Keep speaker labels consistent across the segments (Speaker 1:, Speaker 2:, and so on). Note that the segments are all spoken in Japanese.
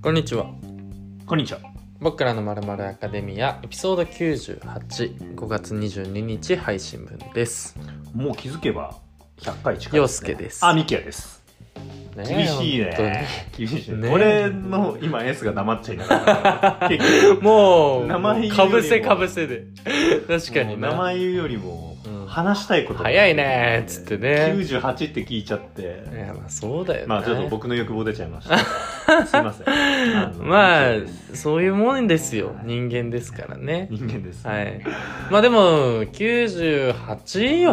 Speaker 1: こんにちは。
Speaker 2: こんにちは。
Speaker 1: 僕らのまるまるアカデミアエピソード98、5月22日配信分です。
Speaker 2: もう気づけば100回近い
Speaker 1: 陽介です
Speaker 2: あ、ミキヤです。
Speaker 1: ねえ
Speaker 2: 厳しいね。厳しいね。
Speaker 1: ね
Speaker 2: 俺の今 S が黙っちゃいなかった。結
Speaker 1: 本当にもう、
Speaker 2: 名前言うより
Speaker 1: か
Speaker 2: も
Speaker 1: ぶせかぶせで。確か
Speaker 2: もう
Speaker 1: に
Speaker 2: 名
Speaker 1: な。
Speaker 2: 前言うよりも
Speaker 1: うん
Speaker 2: 話したいことが
Speaker 1: 早いねーっつってね。
Speaker 2: 98って聞いちゃって。
Speaker 1: いや、まあそうだよね。
Speaker 2: まあちょっと僕の欲望出ちゃいま した。すいません。あの
Speaker 1: まあ
Speaker 2: ミキヤです、
Speaker 1: そういうもんですよ
Speaker 2: は。い
Speaker 1: 人間ですからね。
Speaker 2: 人間です。
Speaker 1: はい。まあでも、98
Speaker 2: うん
Speaker 1: よ。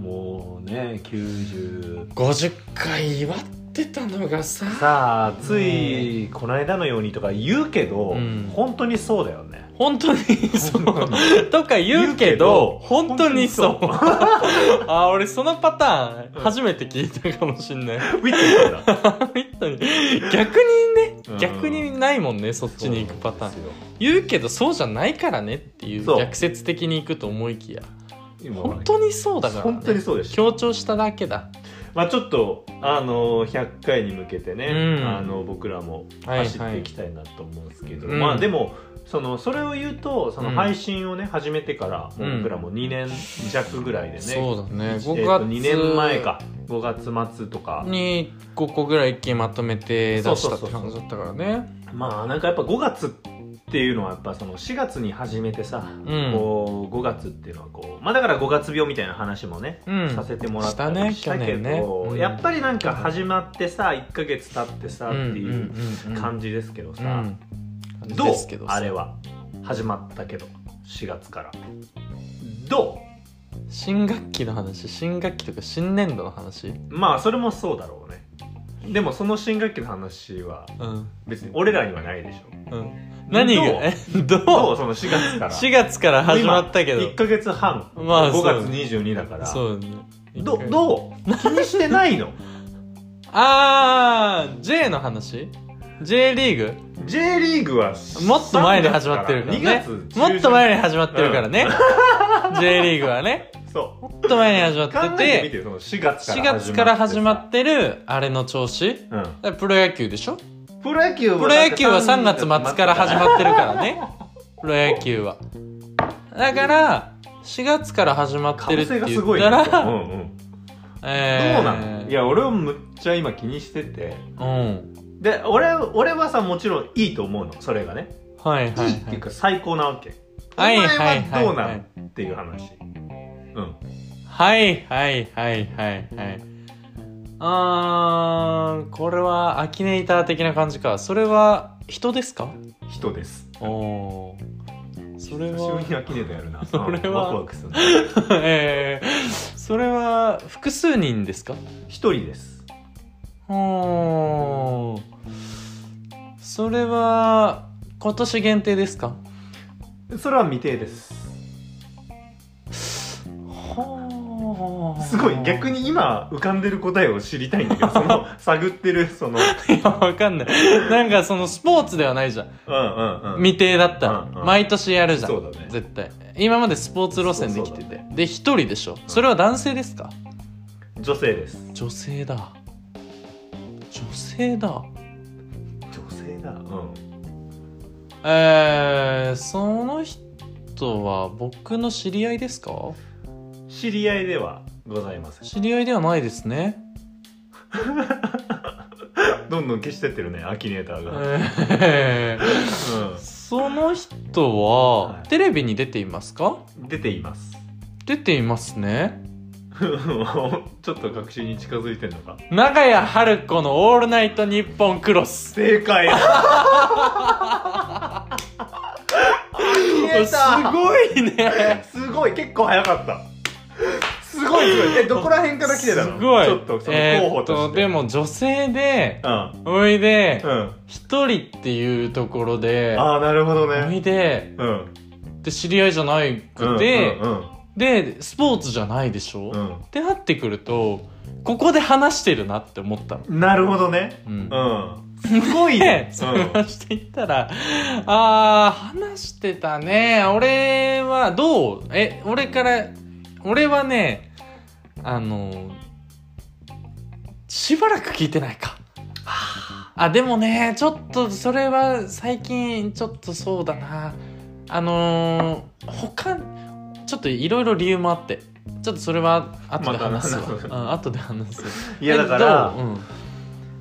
Speaker 2: もうね、90。
Speaker 1: 50回祝ってたのがさ。
Speaker 2: さあついこの間のようにとか言うけど、
Speaker 1: うん
Speaker 2: 本当にそうだよね
Speaker 1: 本当にそう
Speaker 2: 本当に
Speaker 1: とか言うけ
Speaker 2: 言うけど
Speaker 1: ど本当にそう
Speaker 2: 本
Speaker 1: あ俺そのパターン
Speaker 2: うん
Speaker 1: 初めて聞いたかもしんない
Speaker 2: ウィット言ってた
Speaker 1: 本当に逆にね
Speaker 2: うん
Speaker 1: 逆にないもんねそっちに行くパターン言うけどそうじゃないからねっていう
Speaker 2: そう
Speaker 1: 逆説的に行くと思いきや
Speaker 2: 本
Speaker 1: 本当にそうだから、ね、
Speaker 2: 本当にそうでした
Speaker 1: 強調しただけだ
Speaker 2: まあちょっとあの100回に向けてね、
Speaker 1: うん
Speaker 2: あの僕らも走っていきたいなと思うんですけど、
Speaker 1: はいはい
Speaker 2: ま
Speaker 1: う
Speaker 2: あ
Speaker 1: ん
Speaker 2: でもそのそれを言うとその
Speaker 1: うん
Speaker 2: 配信をね始めてからも
Speaker 1: う
Speaker 2: うん僕らも2年弱ぐらいでね、
Speaker 1: そうだね
Speaker 2: え
Speaker 1: 5
Speaker 2: っ
Speaker 1: 月
Speaker 2: と2年前か5月末とか
Speaker 1: に5個ぐらい一気にまとめて出したって感じだったからね
Speaker 2: まあなんかやっぱ5月っていうのはやっぱその4月に始めてさ、
Speaker 1: ん
Speaker 2: こう5月っていうのはこうまあだから5月病みたいな話もね、
Speaker 1: うん
Speaker 2: させてもらったり
Speaker 1: したね
Speaker 2: けど、
Speaker 1: 去年ねうん
Speaker 2: やっぱりなんか始まってさ1か月経ってさっていう
Speaker 1: うんうんうん
Speaker 2: 感じですけどさ、
Speaker 1: うん
Speaker 2: どう
Speaker 1: ですけどさ
Speaker 2: あれは始まったけど4月からど
Speaker 1: 新学期の話新学期とか新年度の話
Speaker 2: うまあそれもそうだろうねでもその新学期の話は
Speaker 1: うん
Speaker 2: 別に俺らにはないでしょ
Speaker 1: うん何が
Speaker 2: どう
Speaker 1: え どう
Speaker 2: どうその4月から
Speaker 1: 4月から始まったけど
Speaker 2: 1か月半、
Speaker 1: まあ
Speaker 2: 5月
Speaker 1: そう
Speaker 2: 22だから
Speaker 1: そうだね
Speaker 2: ど
Speaker 1: 一回
Speaker 2: どう気にしてないの
Speaker 1: あー J の話 J リー
Speaker 2: J リーグは
Speaker 1: グもっと前に始まってるからね
Speaker 2: 2月中旬
Speaker 1: もっと前に始まってるからね、J リーグはね
Speaker 2: そう
Speaker 1: もっと前に始ま
Speaker 2: 考
Speaker 1: って
Speaker 2: えてみて
Speaker 1: て
Speaker 2: よその4月から
Speaker 1: 4月から始ま
Speaker 2: て
Speaker 1: ってるあれの調子
Speaker 2: さ
Speaker 1: だからプロ野球でしょ
Speaker 2: うん、プロ野球は
Speaker 1: プロ野球は3月 末から始まってるからねプロ野球はだから4月から始まって
Speaker 2: 可
Speaker 1: る
Speaker 2: 能
Speaker 1: って
Speaker 2: 性が
Speaker 1: 言
Speaker 2: すご
Speaker 1: っ
Speaker 2: い
Speaker 1: た
Speaker 2: ね
Speaker 1: ら、
Speaker 2: うんうんどう
Speaker 1: えー
Speaker 2: なのいや俺はむっちゃ今気にしてて
Speaker 1: うん
Speaker 2: で俺俺はさもちろんいいと思うのそれがね、
Speaker 1: はいはいはい
Speaker 2: いい、っていうか最高なわけ
Speaker 1: はいはいはい
Speaker 2: お前はどうなのっていう話うん
Speaker 1: はいはいはいはいはいあーこれはアキネイター的な感じかそれは人ですか
Speaker 2: 人です
Speaker 1: おーそれ
Speaker 2: 久しぶりに
Speaker 1: は
Speaker 2: アキネーターやるな
Speaker 1: それは
Speaker 2: うんワクワクするな
Speaker 1: えー、それは複数人ですか
Speaker 2: 一人です
Speaker 1: おーそれは今年限定ですか
Speaker 2: それは未定ですすごい逆
Speaker 1: に
Speaker 2: に今浮かんでる答えを知りたい んだけどその探ってるその
Speaker 1: いやわかんないなんかそのスポーツではないじゃん
Speaker 2: うんうんうん
Speaker 1: 未定だったら、
Speaker 2: うんうん
Speaker 1: 毎年やるじゃん
Speaker 2: そうだね
Speaker 1: 絶対今までスポーツ路線で来て
Speaker 2: そうそう
Speaker 1: て
Speaker 2: だ
Speaker 1: で一人でしょそれは男性ですか
Speaker 2: 女性です
Speaker 1: 女性だ女性だ
Speaker 2: 女性だうん
Speaker 1: えー、その人は僕の知り合いですか
Speaker 2: 知り合いではございません
Speaker 1: 知り合いではないですね
Speaker 2: どんどん消してってるねアキネーターが、
Speaker 1: えー その人は、
Speaker 2: はい
Speaker 1: テレビに出ていますか
Speaker 2: うん、出ています
Speaker 1: 出ていますね
Speaker 2: ちょっと確信に近づいてんのか
Speaker 1: 長谷春子の「オールナイトニッポンクロス
Speaker 2: 正解消」え
Speaker 1: す
Speaker 2: た
Speaker 1: ごいね
Speaker 2: すごい結構早かったすごいすごいえどこら辺から来てた
Speaker 1: す
Speaker 2: の
Speaker 1: ごい
Speaker 2: ちょっとその候補と
Speaker 1: えーっ
Speaker 2: し
Speaker 1: と
Speaker 2: て、
Speaker 1: でも女性で
Speaker 2: うん
Speaker 1: おいで
Speaker 2: うん
Speaker 1: 一人っていうところで
Speaker 2: ああなるほど
Speaker 1: お
Speaker 2: ね
Speaker 1: いで
Speaker 2: うん
Speaker 1: で知り合いじゃないくて、
Speaker 2: うんうん
Speaker 1: でスポーツじゃないでしょ、
Speaker 2: うん
Speaker 1: ってなってくるとここで話してるなって思ったの。
Speaker 2: なるほどね
Speaker 1: うん
Speaker 2: うんすごいね
Speaker 1: で、
Speaker 2: う
Speaker 1: そ
Speaker 2: ん
Speaker 1: うしていったら、あー、話してたね。俺は、どうえ、俺から、俺はね、あの、しばらく聞いてないか。あ、でもね、ちょっと、それは最近、ちょっとそうだな。あのー、他、ちょっといろいろ理由もあって。ちょっとそれは後で話すわ。
Speaker 2: またな
Speaker 1: うん、後で話す。
Speaker 2: いやだか
Speaker 1: え
Speaker 2: ら
Speaker 1: どううん、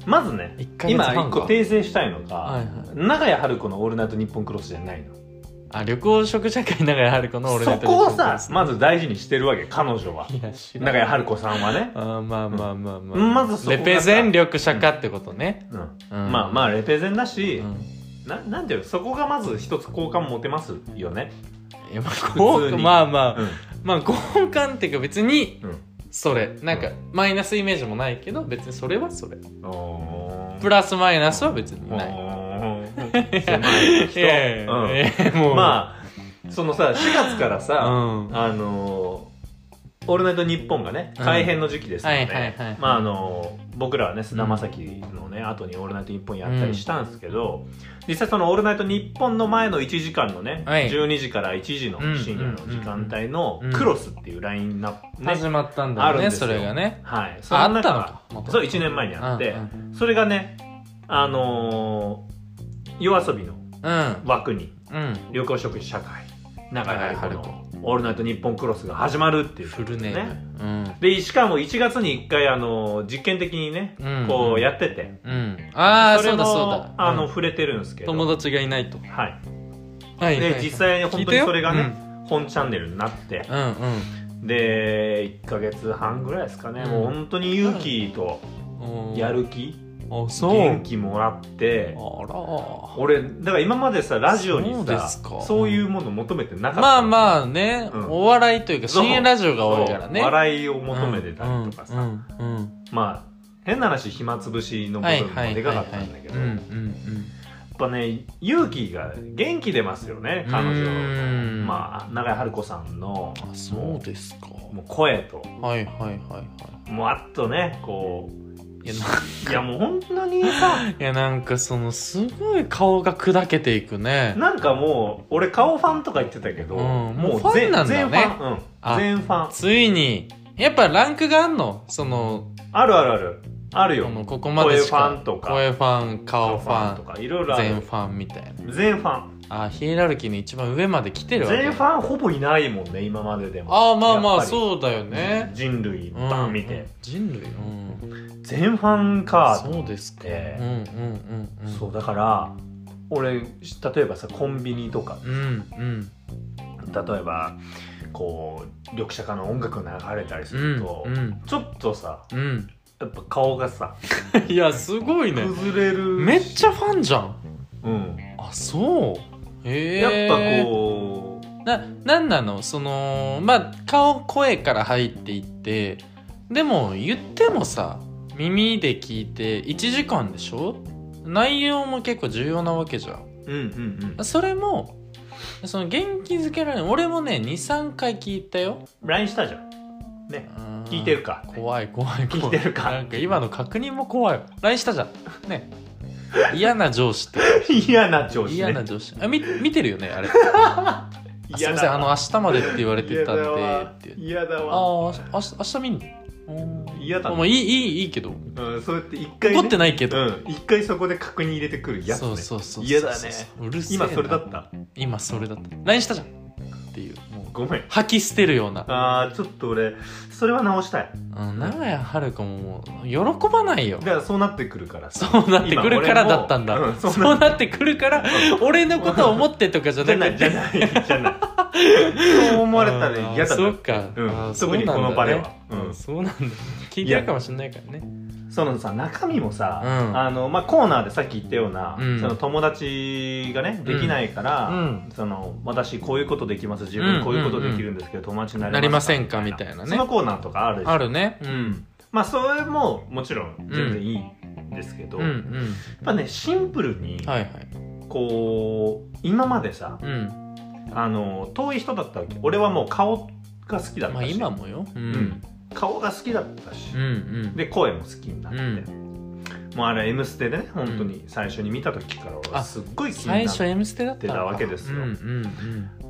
Speaker 2: まずね
Speaker 1: 1ヶ月
Speaker 2: 今
Speaker 1: 半か
Speaker 2: 一個訂正したいのが、
Speaker 1: はいはい
Speaker 2: 長屋春子の「オールナイトニッポンクロス」じゃないの
Speaker 1: あ旅行食社会長屋春子の俺
Speaker 2: そ
Speaker 1: の
Speaker 2: こをさまず大事にしてるわけ彼女はい
Speaker 1: や知ら
Speaker 2: 長屋春子さんはね、
Speaker 1: あーまあまあまあまあ、
Speaker 2: うんまずそこが
Speaker 1: レ
Speaker 2: さ
Speaker 1: ペゼン力社かってことね、
Speaker 2: うん
Speaker 1: うん
Speaker 2: まあま
Speaker 1: あ、
Speaker 2: あレペゼンだ
Speaker 1: う
Speaker 2: し、
Speaker 1: ん、
Speaker 2: ななんていうのそこがまず一つ好感持てますよね、
Speaker 1: いやまあ
Speaker 2: 普通
Speaker 1: こう
Speaker 2: に
Speaker 1: まあまあ、
Speaker 2: うん
Speaker 1: まあ交換っていうか別に
Speaker 2: うん
Speaker 1: それなんかマイナスイメージもないけど別にそれはそれ
Speaker 2: おー
Speaker 1: プラスマイナスは別にない
Speaker 2: おー狭い人
Speaker 1: いやいやいやいや
Speaker 2: う
Speaker 1: も
Speaker 2: ん
Speaker 1: う
Speaker 2: まあそのさ4月から
Speaker 1: あ
Speaker 2: さ、
Speaker 1: うん
Speaker 2: あのーオールナイトニッポン」がね改編の時期ですよ
Speaker 1: うんはい
Speaker 2: ね
Speaker 1: はいはい
Speaker 2: まああのー僕らはね菅田将暉のね後に「オールナイトニッポン」やったりしたんですけど、実際その「オールナイトニッポン」の前の1時間のね、
Speaker 1: はい
Speaker 2: 12時から1時の深夜の時間帯の
Speaker 1: うん
Speaker 2: 「クロス」っていうラインナップね、
Speaker 1: 始まったんだ
Speaker 2: ある
Speaker 1: よ
Speaker 2: ん
Speaker 1: ね
Speaker 2: ですよ
Speaker 1: それがね
Speaker 2: はい、そ
Speaker 1: あ
Speaker 2: の
Speaker 1: あったの
Speaker 2: 中
Speaker 1: かまた
Speaker 2: そう1年前にあって、
Speaker 1: うん
Speaker 2: それがねあのー、夜遊びの
Speaker 1: うん
Speaker 2: 枠に
Speaker 1: うん
Speaker 2: 旅行食社会長
Speaker 1: は
Speaker 2: 屋
Speaker 1: い
Speaker 2: 春子
Speaker 1: 春
Speaker 2: の「オールナイトニッポンクロス」が始まるっていう
Speaker 1: フルネーム
Speaker 2: でしかも1月に1回あの実験的にね
Speaker 1: うん
Speaker 2: こうやってて、
Speaker 1: うん、うん、ああ
Speaker 2: それ
Speaker 1: そう
Speaker 2: も
Speaker 1: だそうだ
Speaker 2: あの
Speaker 1: うん
Speaker 2: 触れてるんですけど、
Speaker 1: 友達がいないと
Speaker 2: はい、
Speaker 1: はいはい
Speaker 2: で
Speaker 1: はい
Speaker 2: 実際に本当にそれ
Speaker 1: 聞
Speaker 2: が
Speaker 1: い
Speaker 2: ね、本チャンネルになって
Speaker 1: たようんうん
Speaker 2: で1か月半ぐらいですかね、
Speaker 1: うん
Speaker 2: もう本当に勇気と
Speaker 1: うん
Speaker 2: やる気、
Speaker 1: あそう
Speaker 2: 元気もらって
Speaker 1: あ
Speaker 2: 俺だから今までさラジオに
Speaker 1: そうで
Speaker 2: さ
Speaker 1: す
Speaker 2: そ
Speaker 1: か
Speaker 2: ういうもの求めてなかっ
Speaker 1: ら
Speaker 2: た
Speaker 1: まあまあね、
Speaker 2: うん
Speaker 1: お笑いというか
Speaker 2: そう
Speaker 1: 深夜ラジオが多いからね
Speaker 2: そう笑いを求めてたりとかさ、
Speaker 1: うんうんうん
Speaker 2: まあ変な話暇つぶしの
Speaker 1: うん
Speaker 2: こ
Speaker 1: はいは
Speaker 2: と
Speaker 1: い
Speaker 2: も
Speaker 1: はい
Speaker 2: でかか
Speaker 1: は
Speaker 2: ったんだ
Speaker 1: い
Speaker 2: け
Speaker 1: う
Speaker 2: ど、
Speaker 1: んうん
Speaker 2: やっぱね勇気が元気出ますよね彼
Speaker 1: う
Speaker 2: 女
Speaker 1: ん
Speaker 2: まあ長井春子さんの
Speaker 1: うんあそうですか
Speaker 2: もう声と
Speaker 1: はいはいはいはい
Speaker 2: もうあっとねこ
Speaker 1: いやない
Speaker 2: やもう本当に さ
Speaker 1: いやなんかそのすごい顔が砕けていくね
Speaker 2: なんかもう俺顔ファンとか言ってたけど、
Speaker 1: うんもうフ
Speaker 2: 全
Speaker 1: ァンなんだね
Speaker 2: 全ファン、うん、
Speaker 1: あ
Speaker 2: 全ファン
Speaker 1: ついにやっぱランクがあんのその
Speaker 2: あるあるあるあるよ
Speaker 1: このここまでしか
Speaker 2: 声ファンとか
Speaker 1: 声ファン顔ファ
Speaker 2: と
Speaker 1: ン
Speaker 2: かいろいろある
Speaker 1: 全ファンみたいな
Speaker 2: 全ファン
Speaker 1: あヒエラルキーの一番上まで来てるわけ
Speaker 2: 全ファンほぼいないもんね今まででも
Speaker 1: ああまあま
Speaker 2: やっ
Speaker 1: あ
Speaker 2: ぱり
Speaker 1: そうだよね、
Speaker 2: 人類
Speaker 1: うん
Speaker 2: バン見て、
Speaker 1: 人類うん
Speaker 2: 全ファンか
Speaker 1: そうですか、
Speaker 2: え
Speaker 1: う
Speaker 2: え
Speaker 1: んうんうんうん
Speaker 2: そうだから俺例えばさコンビニとか
Speaker 1: うんうん
Speaker 2: 例えばこう緑茶家の音楽流れたりす
Speaker 1: うん
Speaker 2: ると、
Speaker 1: うん
Speaker 2: ちょっとさ
Speaker 1: うん
Speaker 2: やっぱ顔がさ
Speaker 1: いやすごいね
Speaker 2: 崩れる
Speaker 1: めっ
Speaker 2: ゃ、
Speaker 1: ちゃファンじゃん
Speaker 2: うん、
Speaker 1: あそうへえ
Speaker 2: やっぱ
Speaker 1: こ
Speaker 2: こう
Speaker 1: うななんなのそのまあ顔声から入っていってでも言ってもさ耳で聞いて1時間でしょ内容も結構重要なわけじゃん
Speaker 2: うんうん
Speaker 1: それもその元気づけられる俺もね23回聞いたよ
Speaker 2: うん LINE したじゃんね
Speaker 1: うん
Speaker 2: 聞いてるか
Speaker 1: 怖い怖い怖い
Speaker 2: 聞いてるか
Speaker 1: なんか今の確認も怖いわ LINE したじゃんね嫌な上司って
Speaker 2: 嫌な調子ね
Speaker 1: 嫌な上司あみ見てるよねあれあすい
Speaker 2: 嫌
Speaker 1: ま
Speaker 2: だ
Speaker 1: せんあの明日までって言われてたんで
Speaker 2: 嫌だわ
Speaker 1: って
Speaker 2: 嫌だ
Speaker 1: あ
Speaker 2: わ
Speaker 1: あ明日明日見んの
Speaker 2: 嫌だ
Speaker 1: あ
Speaker 2: な
Speaker 1: もういいいいいいけど
Speaker 2: うん、そうやって一回、ね、
Speaker 1: 怒ってないけど、
Speaker 2: うん、一回そこで確認入れてくるやつ、ね、
Speaker 1: そうそうそうそう
Speaker 2: 嫌だね
Speaker 1: うるせえな
Speaker 2: 今それだった
Speaker 1: 今それだった LINE したじゃんっていうもう
Speaker 2: ごめん
Speaker 1: 吐き捨てるような
Speaker 2: あーちょっと俺それは直したい
Speaker 1: うん長屋春子ももう喜ばないよ
Speaker 2: だからそうなってくるからさ
Speaker 1: そうなってくるからだったんだ、
Speaker 2: 今俺もうんそうな
Speaker 1: そうなってくるから俺のことを思ってとかじゃ
Speaker 2: じゃ
Speaker 1: な
Speaker 2: ない
Speaker 1: く
Speaker 2: じゃ
Speaker 1: て
Speaker 2: ないじゃないそう思われたら嫌だ
Speaker 1: そ
Speaker 2: な
Speaker 1: うか、
Speaker 2: うん
Speaker 1: あー
Speaker 2: 特にこの場では
Speaker 1: そうなんだね
Speaker 2: うん
Speaker 1: そうなんだ聞いてるかもしれないからね
Speaker 2: そのさ中身もさ、
Speaker 1: うん
Speaker 2: あのまあ、コーナーでさっき言ったような、
Speaker 1: うん
Speaker 2: その友達がねできないから、
Speaker 1: うん
Speaker 2: その私こういうことできます自
Speaker 1: うん
Speaker 2: 分こういうことできるんですけど、友達に
Speaker 1: な
Speaker 2: な
Speaker 1: り
Speaker 2: り
Speaker 1: ま
Speaker 2: ま
Speaker 1: せ
Speaker 2: せ
Speaker 1: ん
Speaker 2: ん
Speaker 1: か
Speaker 2: か
Speaker 1: みたいな
Speaker 2: その
Speaker 1: ね
Speaker 2: コーナーとかあるでしょ
Speaker 1: あるねう
Speaker 2: うんん、まあそれももちろん全然いいんですけど、
Speaker 1: うんう
Speaker 2: やっ
Speaker 1: ん
Speaker 2: ぱねシンプルに
Speaker 1: はいはい
Speaker 2: こう今までさ
Speaker 1: うん
Speaker 2: あの遠い人だったわけ俺はもう顔が好きだっ
Speaker 1: まあ
Speaker 2: たし、
Speaker 1: 今もよう
Speaker 2: うん
Speaker 1: ん、
Speaker 2: 顔が好きだったし、
Speaker 1: うんうん
Speaker 2: で声も好きになって、
Speaker 1: う
Speaker 2: もうあれ「M ステ」でね本当に最初に見た時から俺
Speaker 1: あ
Speaker 2: すっごい気に
Speaker 1: 最
Speaker 2: なっ
Speaker 1: 初「
Speaker 2: て
Speaker 1: M ステ」だったんだ
Speaker 2: 出たわけですよ
Speaker 1: うん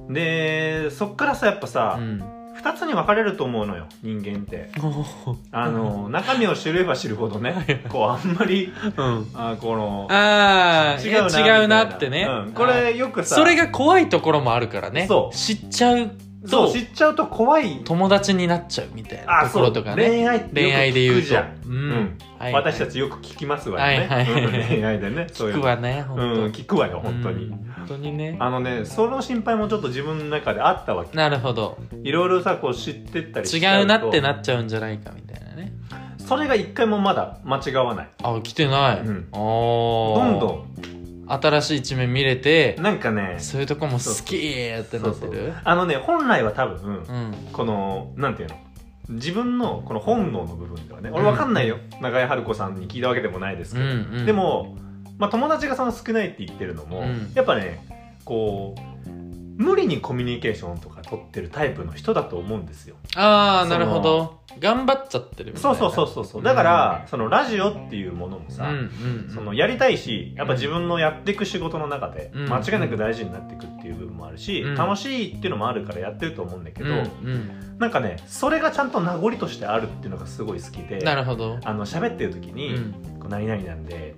Speaker 1: うん
Speaker 2: でそっからさやっぱ
Speaker 1: う
Speaker 2: さ、
Speaker 1: ん
Speaker 2: 2つに分かれると思うのよ人間って
Speaker 1: うんお
Speaker 2: あの中身を知れば知るほどねこうあんまり
Speaker 1: ーうん
Speaker 2: あこの
Speaker 1: ああ
Speaker 2: 違
Speaker 1: 違
Speaker 2: うな
Speaker 1: う
Speaker 2: みたいな
Speaker 1: 違うなってね、
Speaker 2: うんこれよくさ
Speaker 1: それが怖いところもあるからね
Speaker 2: そう
Speaker 1: 知っちゃう
Speaker 2: そう
Speaker 1: と
Speaker 2: 知っちゃうと怖い
Speaker 1: 友達になっちゃうみたいな
Speaker 2: あ
Speaker 1: とこ
Speaker 2: そ
Speaker 1: ろ
Speaker 2: う
Speaker 1: とかね
Speaker 2: 恋愛ってよく
Speaker 1: 恋愛で言う
Speaker 2: 聞く
Speaker 1: と
Speaker 2: じゃん、
Speaker 1: うん
Speaker 2: うん
Speaker 1: はい
Speaker 2: 私たちよく聞きますわよね、
Speaker 1: はいはい
Speaker 2: うん恋愛でねそうい
Speaker 1: 聞
Speaker 2: う
Speaker 1: く
Speaker 2: の
Speaker 1: わね本
Speaker 2: うん、聞くわよ
Speaker 1: 当
Speaker 2: 本当に、
Speaker 1: うん本当にね
Speaker 2: あのねその心配もちょっと自分の中であったわけ
Speaker 1: なるほど
Speaker 2: いろいろさこう知ってったりし
Speaker 1: 違
Speaker 2: ちゃ
Speaker 1: うなってな
Speaker 2: と
Speaker 1: っちゃうんじゃないかみたいなね
Speaker 2: それが一回もまだ間違わない
Speaker 1: あ来てない、
Speaker 2: うん
Speaker 1: あー
Speaker 2: どんど
Speaker 1: 新しい一面見れて
Speaker 2: んなんかね
Speaker 1: そういうとこも好きーってなって
Speaker 2: そうそう
Speaker 1: る
Speaker 2: あのね本来は多分
Speaker 1: うん
Speaker 2: このなんていうの自分のこの本能の部分ではね俺わかんないよ、中井春子さんに聞いたわけでもないで
Speaker 1: う
Speaker 2: すけど、
Speaker 1: んうん
Speaker 2: でも、まあ、友達がその少ないって言ってるのも、
Speaker 1: うん
Speaker 2: やっぱねこう無理にコミュニケーションとか取ってるタイプの人だと思うんですよ
Speaker 1: ああ
Speaker 2: その
Speaker 1: なるほど頑張っちゃってるみたい
Speaker 2: そ
Speaker 1: な
Speaker 2: うそうそうそうそうだから、そのラジオっていうものもさ、
Speaker 1: うんうん
Speaker 2: そのやりたいしやっぱ自分のやっていく仕事の中で
Speaker 1: うん
Speaker 2: 間違いなく大事になっていくっていう部分もあるし、
Speaker 1: うん
Speaker 2: 楽しいっていうのもあるからやってると思うんだけど、
Speaker 1: うんうん
Speaker 2: なんかねそれがちゃんと名残としてあるっていうのがすごい好きで
Speaker 1: なるほど
Speaker 2: あの喋ってる時に
Speaker 1: うん
Speaker 2: 「こう何々なんで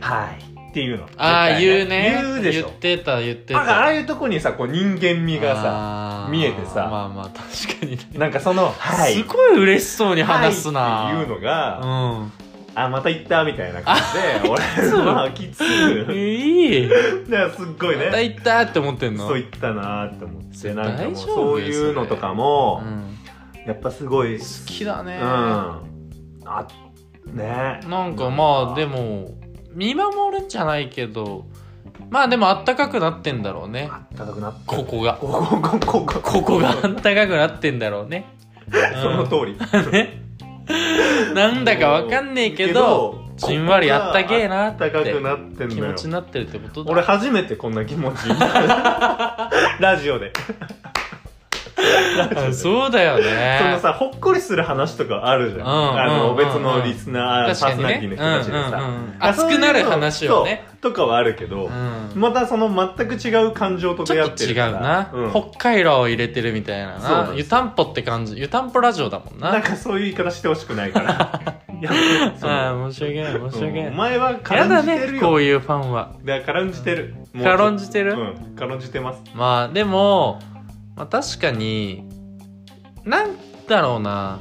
Speaker 2: はい」っていうの
Speaker 1: ああ
Speaker 2: 絶対
Speaker 1: 言うね
Speaker 2: 言うでし
Speaker 1: 言
Speaker 2: ょ
Speaker 1: ってた言って
Speaker 2: ああ
Speaker 1: た
Speaker 2: あいうとこにさこう人間味がさ
Speaker 1: さ
Speaker 2: 見えてさ
Speaker 1: まあまあ確かにね
Speaker 2: なんかその「はい」
Speaker 1: すごい嬉しそうに話すな
Speaker 2: はいっていうのが、
Speaker 1: うん
Speaker 2: あまた行ったみたいな感じで俺
Speaker 1: そう
Speaker 2: まあきつ い
Speaker 1: いい
Speaker 2: だからすっごい
Speaker 1: また
Speaker 2: ね
Speaker 1: 行ったって思ってんの
Speaker 2: そう言ったなーって思ってなんかもう
Speaker 1: 大丈夫
Speaker 2: そういうのとかも
Speaker 1: う、ん
Speaker 2: やっぱすごいうん
Speaker 1: 好きだね
Speaker 2: あね
Speaker 1: なんかまあでも見守るんじゃないけどまあでもあったかくなってんだろうね
Speaker 2: あったかくなった
Speaker 1: ここが
Speaker 2: こここここ
Speaker 1: ここがあったかくなってんだろうね
Speaker 2: その通り
Speaker 1: ねなんだかわかんねえけどじんわりあったけえな
Speaker 2: あ
Speaker 1: っ
Speaker 2: ったかく
Speaker 1: て
Speaker 2: なってん
Speaker 1: 気
Speaker 2: の
Speaker 1: 持
Speaker 2: よ
Speaker 1: ちになってるってことだ
Speaker 2: 俺初めてこんな気持ち になるラジオでラジオ
Speaker 1: あ
Speaker 2: で
Speaker 1: そうだよね
Speaker 2: そのさほっこりする話とかあるじゃん、
Speaker 1: うんうん
Speaker 2: あの
Speaker 1: うん
Speaker 2: 別のリスナー、
Speaker 1: 確
Speaker 2: パ
Speaker 1: か
Speaker 2: ーソ
Speaker 1: に
Speaker 2: ナ
Speaker 1: ね
Speaker 2: リティの人たちでさ、
Speaker 1: うんうんうん
Speaker 2: あ
Speaker 1: 熱
Speaker 2: そういう
Speaker 1: く
Speaker 2: の
Speaker 1: なる話をね
Speaker 2: そうとかはあるけど、
Speaker 1: うん
Speaker 2: またその全く違う感情と
Speaker 1: ち
Speaker 2: 出
Speaker 1: ょ
Speaker 2: 会
Speaker 1: っ
Speaker 2: っ
Speaker 1: と
Speaker 2: て
Speaker 1: 違う
Speaker 2: るから
Speaker 1: な、
Speaker 2: うん
Speaker 1: 北海道を入れてるみたいな
Speaker 2: そうなん
Speaker 1: な
Speaker 2: で
Speaker 1: 湯
Speaker 2: す
Speaker 1: たんぽって感じ湯たんぽラジオだもんな
Speaker 2: なんかそういう言い方してほしくないから やめてその
Speaker 1: ああ申し訳ない申し訳
Speaker 2: うんお
Speaker 1: ない
Speaker 2: 前は
Speaker 1: や
Speaker 2: 軽
Speaker 1: だ
Speaker 2: んじてる
Speaker 1: ね
Speaker 2: よ、
Speaker 1: こういうファンは
Speaker 2: だから軽んじてるもう
Speaker 1: 軽んじてる、
Speaker 2: うん軽んじてます
Speaker 1: まあでも、まあ、確かになんだろうな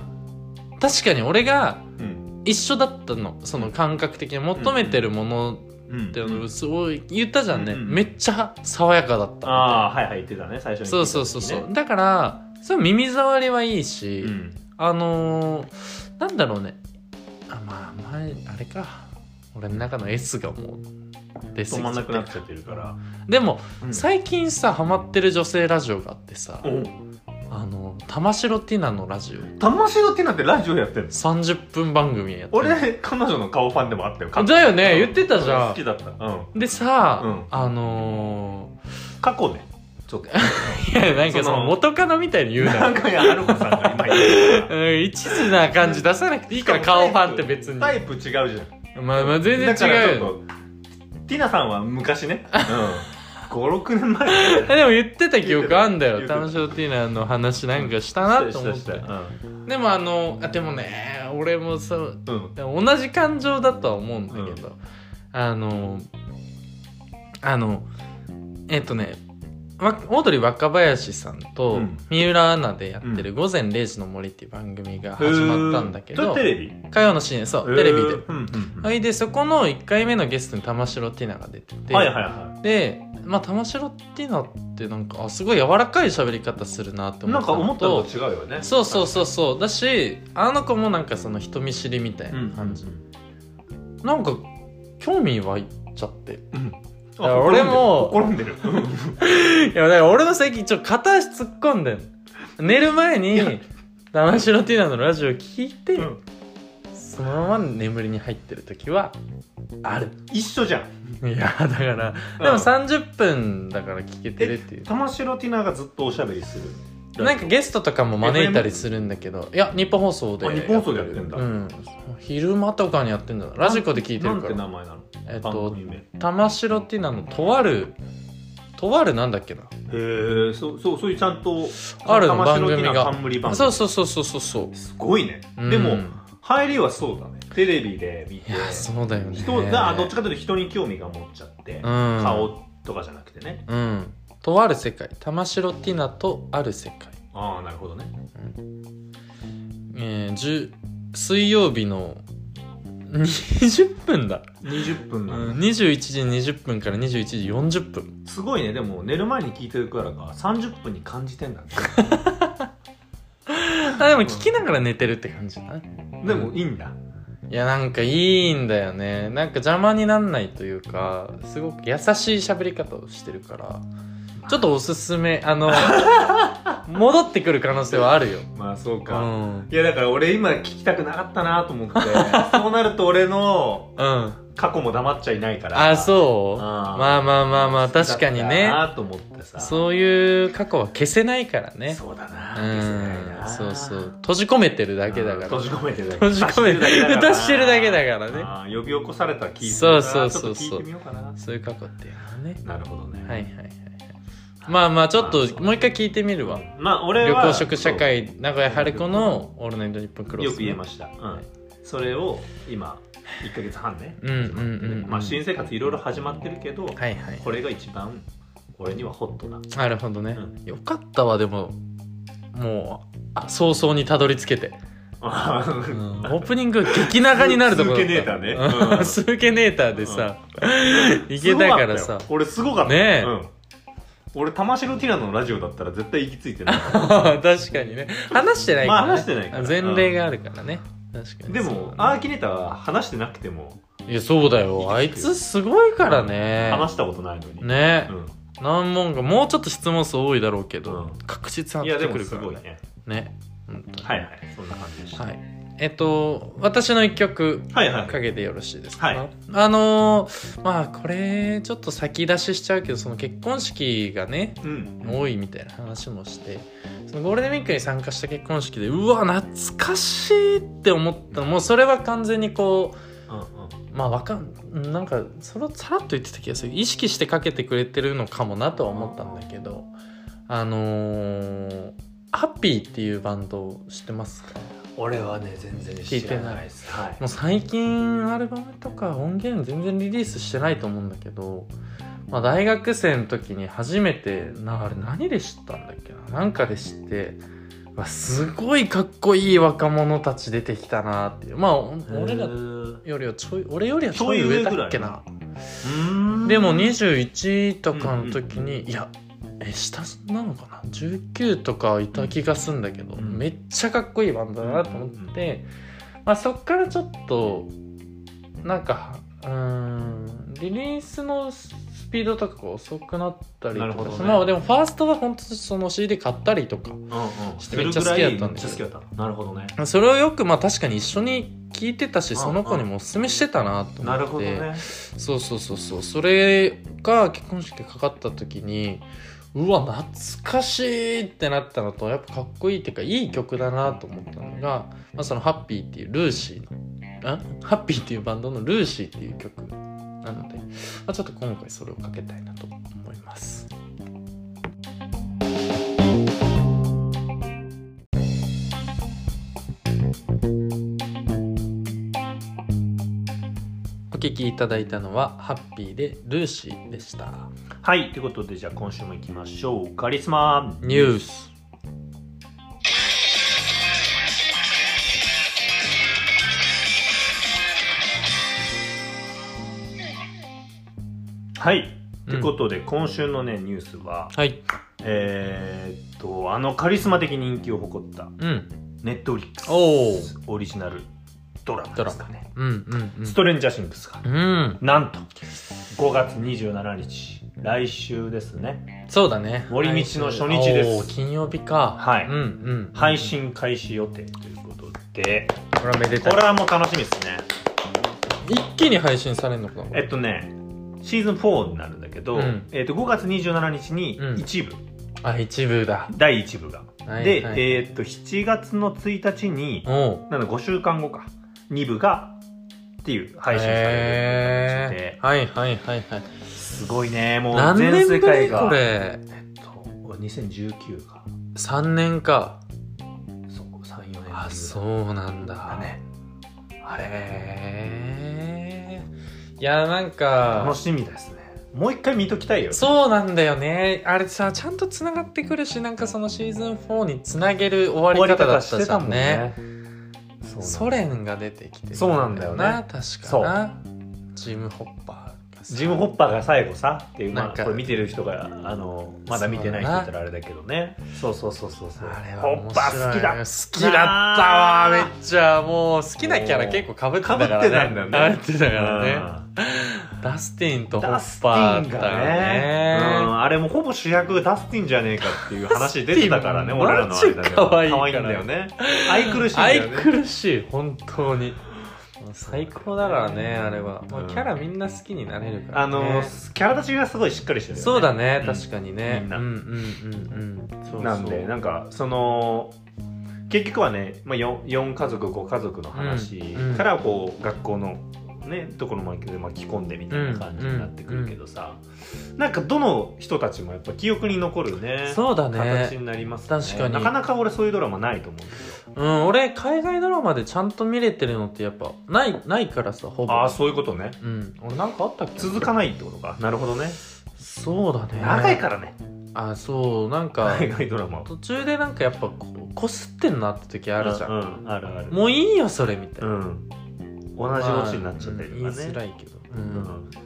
Speaker 1: 確かに俺が
Speaker 2: うん
Speaker 1: 一緒だったのその感覚的に求めてるもの
Speaker 2: うん
Speaker 1: っていうのをすごい言ったじゃんね、
Speaker 2: うんうん
Speaker 1: めっちゃ爽やかだった
Speaker 2: ああはいはい言ってたね最初に
Speaker 1: そうそうそうそう、だからそれ耳障りはいいし、
Speaker 2: うん
Speaker 1: あのー、なんだろうねあまあ前あれか俺の中の S がもう出過ぎちゃって
Speaker 2: 止まんなくなっちゃってるから、
Speaker 1: でも、
Speaker 2: うん
Speaker 1: 最近さハマってる女性ラジオがあってさ
Speaker 2: お
Speaker 1: あの玉城ティナのラジオ
Speaker 2: 玉城ティナってラジオやってんの
Speaker 1: 30分番組やってる
Speaker 2: 俺彼女の顔ファンでもあったよ
Speaker 1: だよね
Speaker 2: うん
Speaker 1: 言ってたじゃん
Speaker 2: 好きだったうん
Speaker 1: でさ、
Speaker 2: うん
Speaker 1: あの
Speaker 2: 過去ねちょっと
Speaker 1: ー、いやなんかそ
Speaker 2: そ
Speaker 1: の
Speaker 2: の
Speaker 1: 元カノみたいに言うなよ
Speaker 2: な んかやはるこさんが今言って
Speaker 1: うん一途な感じ出さなく ていいから顔ファンって別に
Speaker 2: タ
Speaker 1: ま
Speaker 2: イプ違うじゃん
Speaker 1: あまあ全
Speaker 2: だから
Speaker 1: 然違う
Speaker 2: ちょ
Speaker 1: よ
Speaker 2: っとティナさんは昔 ねうん56年前
Speaker 1: でも言ってた記憶あんだよ
Speaker 2: 言ってた
Speaker 1: 玉城ティーナの話なんかしたなと思っ
Speaker 2: してたしたうん
Speaker 1: でもあのあでもね俺もそう
Speaker 2: うん
Speaker 1: でも同じ感情だとは思うんだけど、あのあのえっ、とねわオードリー若林さん
Speaker 2: う
Speaker 1: と
Speaker 2: ん
Speaker 1: 三浦アナでやってる「午前0時の森」っていう番組が始まったんだけ
Speaker 2: へー
Speaker 1: ど
Speaker 2: それテレビ
Speaker 1: 火曜の深夜そうテレビ
Speaker 2: へ
Speaker 1: で
Speaker 2: ーうんうん
Speaker 1: はいでそこの1回目のゲストに玉城ティナが出て
Speaker 2: うん
Speaker 1: て、
Speaker 2: はいはいは
Speaker 1: でまあ玉城ティナってなんかあすごい柔らかい喋り方するなって
Speaker 2: い
Speaker 1: 思
Speaker 2: な
Speaker 1: っ
Speaker 2: ん
Speaker 1: て
Speaker 2: か
Speaker 1: た
Speaker 2: 思
Speaker 1: の
Speaker 2: った
Speaker 1: と
Speaker 2: のと違うよね
Speaker 1: そうそうそうそうだしあの子もなんかその人見知りみたい
Speaker 2: うん
Speaker 1: な感じ、なんか興味湧いちゃって
Speaker 2: うん
Speaker 1: いや俺も
Speaker 2: 転んでる転んでる
Speaker 1: いやだから俺も最近ちょっと片足突っ込んでん寝る前に玉城ティナのラジオ聞いて、
Speaker 2: うん
Speaker 1: そのまま眠りに入ってる時はある
Speaker 2: 一緒じゃん
Speaker 1: いやだからでも30分だから聞けてるっていう
Speaker 2: 玉城ティナがずっとおしゃべりする
Speaker 1: なんかゲストとかも招いたりするんだけどいや日本放送で
Speaker 2: あ日本放送でやってんだ
Speaker 1: うん、昼間とかにやってんだラジコで聞いて
Speaker 2: な
Speaker 1: る
Speaker 2: ん
Speaker 1: か
Speaker 2: て名
Speaker 1: ら
Speaker 2: 前なの
Speaker 1: えっ
Speaker 2: 番
Speaker 1: と
Speaker 2: 組名へ
Speaker 1: 玉城っていうのはとあるとあるなんだっけな
Speaker 2: えそうそうそういうちゃんと
Speaker 1: あるの
Speaker 2: 玉城
Speaker 1: 番組
Speaker 2: テ
Speaker 1: が
Speaker 2: ィナ冠番組
Speaker 1: そうそうそうそうそうそう
Speaker 2: すごいね、
Speaker 1: うん
Speaker 2: でも入りはそうだねテレビで見
Speaker 1: い
Speaker 2: て
Speaker 1: やそうだよね
Speaker 2: 人がどっちかというと人に興味が持っちゃって、
Speaker 1: うん
Speaker 2: 顔とかじゃなくてね
Speaker 1: うんとある世界玉城ティナとある世界
Speaker 2: ああなるほどね
Speaker 1: えー、10水曜日の20分だ、
Speaker 2: 20分
Speaker 1: う
Speaker 2: なの、
Speaker 1: ん、21時20分から21時40分
Speaker 2: すごいねでも寝る前に聞いてるからか30分に感じてんだね
Speaker 1: あでも聞きながら寝てるって感じだね
Speaker 2: でもいいんだ
Speaker 1: いやなんかいいんだよねなんか邪魔になんないというかすごく優しい喋り方をしてるからちょっとおすすめあ の戻ってくる可能性はあるよ、
Speaker 2: まあそう
Speaker 1: う
Speaker 2: か、
Speaker 1: ん、うん
Speaker 2: いやだから俺今聞きたくなかったな と思ってそうなると俺の
Speaker 1: あ
Speaker 2: 過去も黙っちゃいないから
Speaker 1: あそう
Speaker 2: あー
Speaker 1: まあまあまあまあ確かにね
Speaker 2: だったなと思ってさ
Speaker 1: そういう過去は消せないからね
Speaker 2: そうだな消せない
Speaker 1: うん
Speaker 2: な
Speaker 1: そうそう閉じ込めてるだけだから
Speaker 2: 閉じ込めてるだけ
Speaker 1: 閉じ込めてる出してるだけだからね
Speaker 2: あー呼び起こされた気
Speaker 1: そうそうそう
Speaker 2: ちょっと聞いてみようかな
Speaker 1: そういう過去っていうのはね
Speaker 2: なるほどね
Speaker 1: はいはいはいはいまあまあちょっと
Speaker 2: まあ
Speaker 1: もう一回聞いてみるわ
Speaker 2: まあ俺
Speaker 1: 旅
Speaker 2: は
Speaker 1: 行食社会名古屋春子の「オールナイトニッポンク
Speaker 2: そう
Speaker 1: ロス」
Speaker 2: よく言えま
Speaker 1: し
Speaker 2: した、うん
Speaker 1: はい
Speaker 2: それを今1か月半ね
Speaker 1: うんうんうんうん
Speaker 2: まあ新生活いろいろ始まってるけど、
Speaker 1: はいはい
Speaker 2: これが一番俺にはホットな
Speaker 1: なるほどね
Speaker 2: う
Speaker 1: よかったわでももうあ早々にたどり着けて、うんオープニング激長になるところだった
Speaker 2: スーケネーターね
Speaker 1: う
Speaker 2: うん
Speaker 1: んスーケネーターでさ、いけたから
Speaker 2: すご
Speaker 1: さ
Speaker 2: ったよ俺すごかった
Speaker 1: ねえ
Speaker 2: うん俺玉城ティラノのラジオだったら絶対行き着い てない
Speaker 1: 確かにね話してないから、ね
Speaker 2: まあ話してないから
Speaker 1: 前例があるからね確かに
Speaker 2: で
Speaker 1: そう
Speaker 2: も
Speaker 1: だ
Speaker 2: ア
Speaker 1: ね
Speaker 2: ーキネーターは話してなくても
Speaker 1: いやそうだよあいつすごいからね
Speaker 2: 話したことないのに
Speaker 1: ね、
Speaker 2: うん
Speaker 1: 何問かもうちょっと質問数多いだろうけど、
Speaker 2: うん
Speaker 1: 確実に
Speaker 2: いや
Speaker 1: って
Speaker 2: で
Speaker 1: く
Speaker 2: も
Speaker 1: る
Speaker 2: す
Speaker 1: から
Speaker 2: ごい
Speaker 1: ね
Speaker 2: ね
Speaker 1: ね本当に
Speaker 2: はいはいそんな感じでした、
Speaker 1: はいえっと私の一曲
Speaker 2: はいはい
Speaker 1: かけてよろしいですか、
Speaker 2: はい
Speaker 1: あのーまあこれちょっと先出ししちゃうけどその結婚式がね
Speaker 2: うん
Speaker 1: 多いみたいな話もしてそのゴールデンウィークに参加した結婚式でうわ懐かしいって思ったのもうそれは完全にこう
Speaker 2: うんうん
Speaker 1: まあわかんなんかそれをさらっと言ってた気がする意識してかけてくれてるのかもなとは思ったんだけどあのーハッピーっていうバンド知ってますか
Speaker 2: 俺はね全然知らないですはい
Speaker 1: もう最近アルバムとか音源全然リリースしてないと思うんだけど、まあ、大学生の時に初めてなあれ何で知ったんだっけななんかで知ってうわすごいかっこいい若者たち出てきたなっていうまあお俺ら
Speaker 2: うー
Speaker 1: よりはちょい俺よりはちょい
Speaker 2: ちょい
Speaker 1: 上
Speaker 2: 上
Speaker 1: だっけな
Speaker 2: ん
Speaker 1: でも21とかの時に、いやえ下なのかな19とかいた気がすんだけど、
Speaker 2: うん
Speaker 1: めっちゃかっこいいバンドだなと思って、まあ、そっからちょっとなんかうーんリリースのスピードとかが遅くなったり
Speaker 2: なる
Speaker 1: と
Speaker 2: ほ
Speaker 1: か
Speaker 2: ど
Speaker 1: し
Speaker 2: ね
Speaker 1: て、まあでもファーストは本当にその CD 買ったりとか
Speaker 2: うんうん
Speaker 1: してめっちゃ好きだったんだけど
Speaker 2: めっちゃ好きだったなるほどね
Speaker 1: それをよくまあ確かに一緒に聞いてたし
Speaker 2: うん
Speaker 1: その子にもおすすめしてたなと思って。
Speaker 2: なるほどね
Speaker 1: そうそうそうそうそれが結婚式かかった時にうわ懐かしいってなったのとやっぱかっこいいっていうかいい曲だなと思ったのが、まあ、その「ハッピーっていうルーシーのんハッピーっていうバンドの「ルーシーっていう曲なので、まあ、ちょっと今回それをかけたいなと思います。お聴きいただいたのは「ハッピーで「ルーシーでした。
Speaker 2: はいということでじゃあ今週も行きましょうカリスマ
Speaker 1: ニュース
Speaker 2: はいということで今週のねニュースは
Speaker 1: はい
Speaker 2: えーっとあのカリスマ的人気を誇った
Speaker 1: うん
Speaker 2: ネットリックス
Speaker 1: おー
Speaker 2: オリジナルドラマですかね
Speaker 1: うんうん
Speaker 2: ストレンジャーシングスが
Speaker 1: うんうん
Speaker 2: なんと5月27日来週ですね
Speaker 1: そうだね
Speaker 2: 森道の初日です
Speaker 1: おー金曜日か
Speaker 2: はい
Speaker 1: うんうん
Speaker 2: 配信開始予定ということで
Speaker 1: これはめでた
Speaker 2: こ
Speaker 1: い
Speaker 2: れはもう楽しみですね
Speaker 1: 一気に配信されるのかな
Speaker 2: えっとねシーズン4になるんだけど、
Speaker 1: うん
Speaker 2: えっと5月27日に
Speaker 1: うん
Speaker 2: 一部
Speaker 1: あ一部だ
Speaker 2: 第1部が、
Speaker 1: はい
Speaker 2: で、
Speaker 1: はい
Speaker 2: えーっと7月の1日に
Speaker 1: おう
Speaker 2: なんだ5週間後か2部がっていう配信される
Speaker 1: へーはいはいはいはい
Speaker 2: でですごいねもう
Speaker 1: 何
Speaker 2: 全世
Speaker 1: 年ぶ
Speaker 2: 界
Speaker 1: り
Speaker 2: が
Speaker 1: これ
Speaker 2: えっと2019か
Speaker 1: 3年か
Speaker 2: そう34年ぶり
Speaker 1: あそうなん
Speaker 2: だ
Speaker 1: だ
Speaker 2: ねあれ
Speaker 1: へえいやなんか
Speaker 2: 楽しみですねもう一回見ときたいよ
Speaker 1: そうなんだよねあれさちゃんとつながってくるしなんかそのシーズン4につなげる終わり方だったじゃんね
Speaker 2: そうなんだ
Speaker 1: ソ連が出てきてる
Speaker 2: そうなんだよね
Speaker 1: 確かなジム・ホッパーがさ
Speaker 2: ジム・ホッパーが最後さっていう、ま
Speaker 1: な
Speaker 2: あ、
Speaker 1: んか
Speaker 2: これ見てる人があのまだ見てない人だったらあれだけどねそうそうそうそうそう
Speaker 1: あれは
Speaker 2: ホ
Speaker 1: 面
Speaker 2: ッパ
Speaker 1: 白い
Speaker 2: ー好きだ
Speaker 1: 好きだったわめっちゃもう好きなキャラ結構かぶってたからね
Speaker 2: 被ってたんだよね
Speaker 1: 被ってたからねダスティンとホ
Speaker 2: ダ
Speaker 1: ッ
Speaker 2: ステ
Speaker 1: パ
Speaker 2: ィ
Speaker 1: ー
Speaker 2: ン
Speaker 1: だ
Speaker 2: が
Speaker 1: ったよ
Speaker 2: ねう
Speaker 1: ね
Speaker 2: ん、あれもほぼ主役がダスティンじゃねえかっていう話出てたからね
Speaker 1: ダスティン
Speaker 2: 俺ら
Speaker 1: マ
Speaker 2: の間で
Speaker 1: ジ
Speaker 2: も
Speaker 1: 可愛いから
Speaker 2: んだよね愛くるしいんだ
Speaker 1: 愛
Speaker 2: よね
Speaker 1: くるしい本当に最高だからねあれは、まあ
Speaker 2: うん
Speaker 1: キャラみんな好きになれるから、ね、
Speaker 2: あのキャラ立ちがすごいしっかりしてるよね
Speaker 1: そうだね、
Speaker 2: うん
Speaker 1: 確かにね
Speaker 2: みんな
Speaker 1: うんうんうんうんそう
Speaker 2: なんでなんかその結局はね、まあ、4, 家族5家族の話からこう、学校のねところまで巻き込んでみたいな感じになってくるけどさ、なんかどの人たちもやっぱ記憶に残るね
Speaker 1: そうだね
Speaker 2: 形になりますね
Speaker 1: 確かに
Speaker 2: なかなか俺そういうドラマないと思うけ
Speaker 1: うん、俺海外ドラマでちゃんと見れてるのってやっぱないないからさほ
Speaker 2: ど
Speaker 1: ぼ
Speaker 2: ああそういうことね
Speaker 1: うん俺なんかあったっけ
Speaker 2: 続かないってことかなるほどね
Speaker 1: そうだね
Speaker 2: 長いからね
Speaker 1: あそうなんか
Speaker 2: 海外ドラマは
Speaker 1: 途中でなんかやっぱここすってんなって時あるじゃん、
Speaker 2: うんうんあるある
Speaker 1: もういいよそれみたいうな、
Speaker 2: ん同じオチになっちゃったりと
Speaker 1: ま
Speaker 2: か
Speaker 1: あうん言いづら
Speaker 2: ね
Speaker 1: いけど、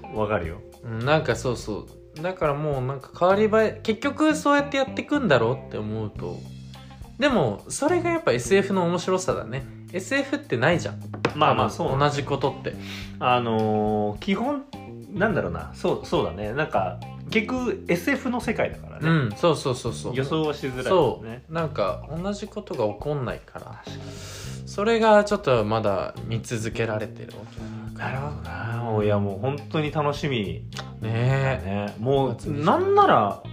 Speaker 2: うんわかるよ
Speaker 1: うんなんかそうそうだからもうなんか変わり映え結局そうやってやっていくんだろうって思うとでもそれがやっぱ SF の面白さだね SF ってないじゃん
Speaker 2: まあまあそう
Speaker 1: 同じことって
Speaker 2: あのー基本なんだろうなそうそうだねなんか結局 SF の世界だから
Speaker 1: う
Speaker 2: ね、
Speaker 1: んそうそうそうそう
Speaker 2: 予想はしづらい
Speaker 1: そ
Speaker 2: で
Speaker 1: う、
Speaker 2: すね
Speaker 1: なんか同じことが起こんないからそれがちょっとまだ見続けられてるわけ
Speaker 2: なるほどないやもう本当に楽しみだ
Speaker 1: ねえ
Speaker 2: ねもう
Speaker 1: うん
Speaker 2: なんなら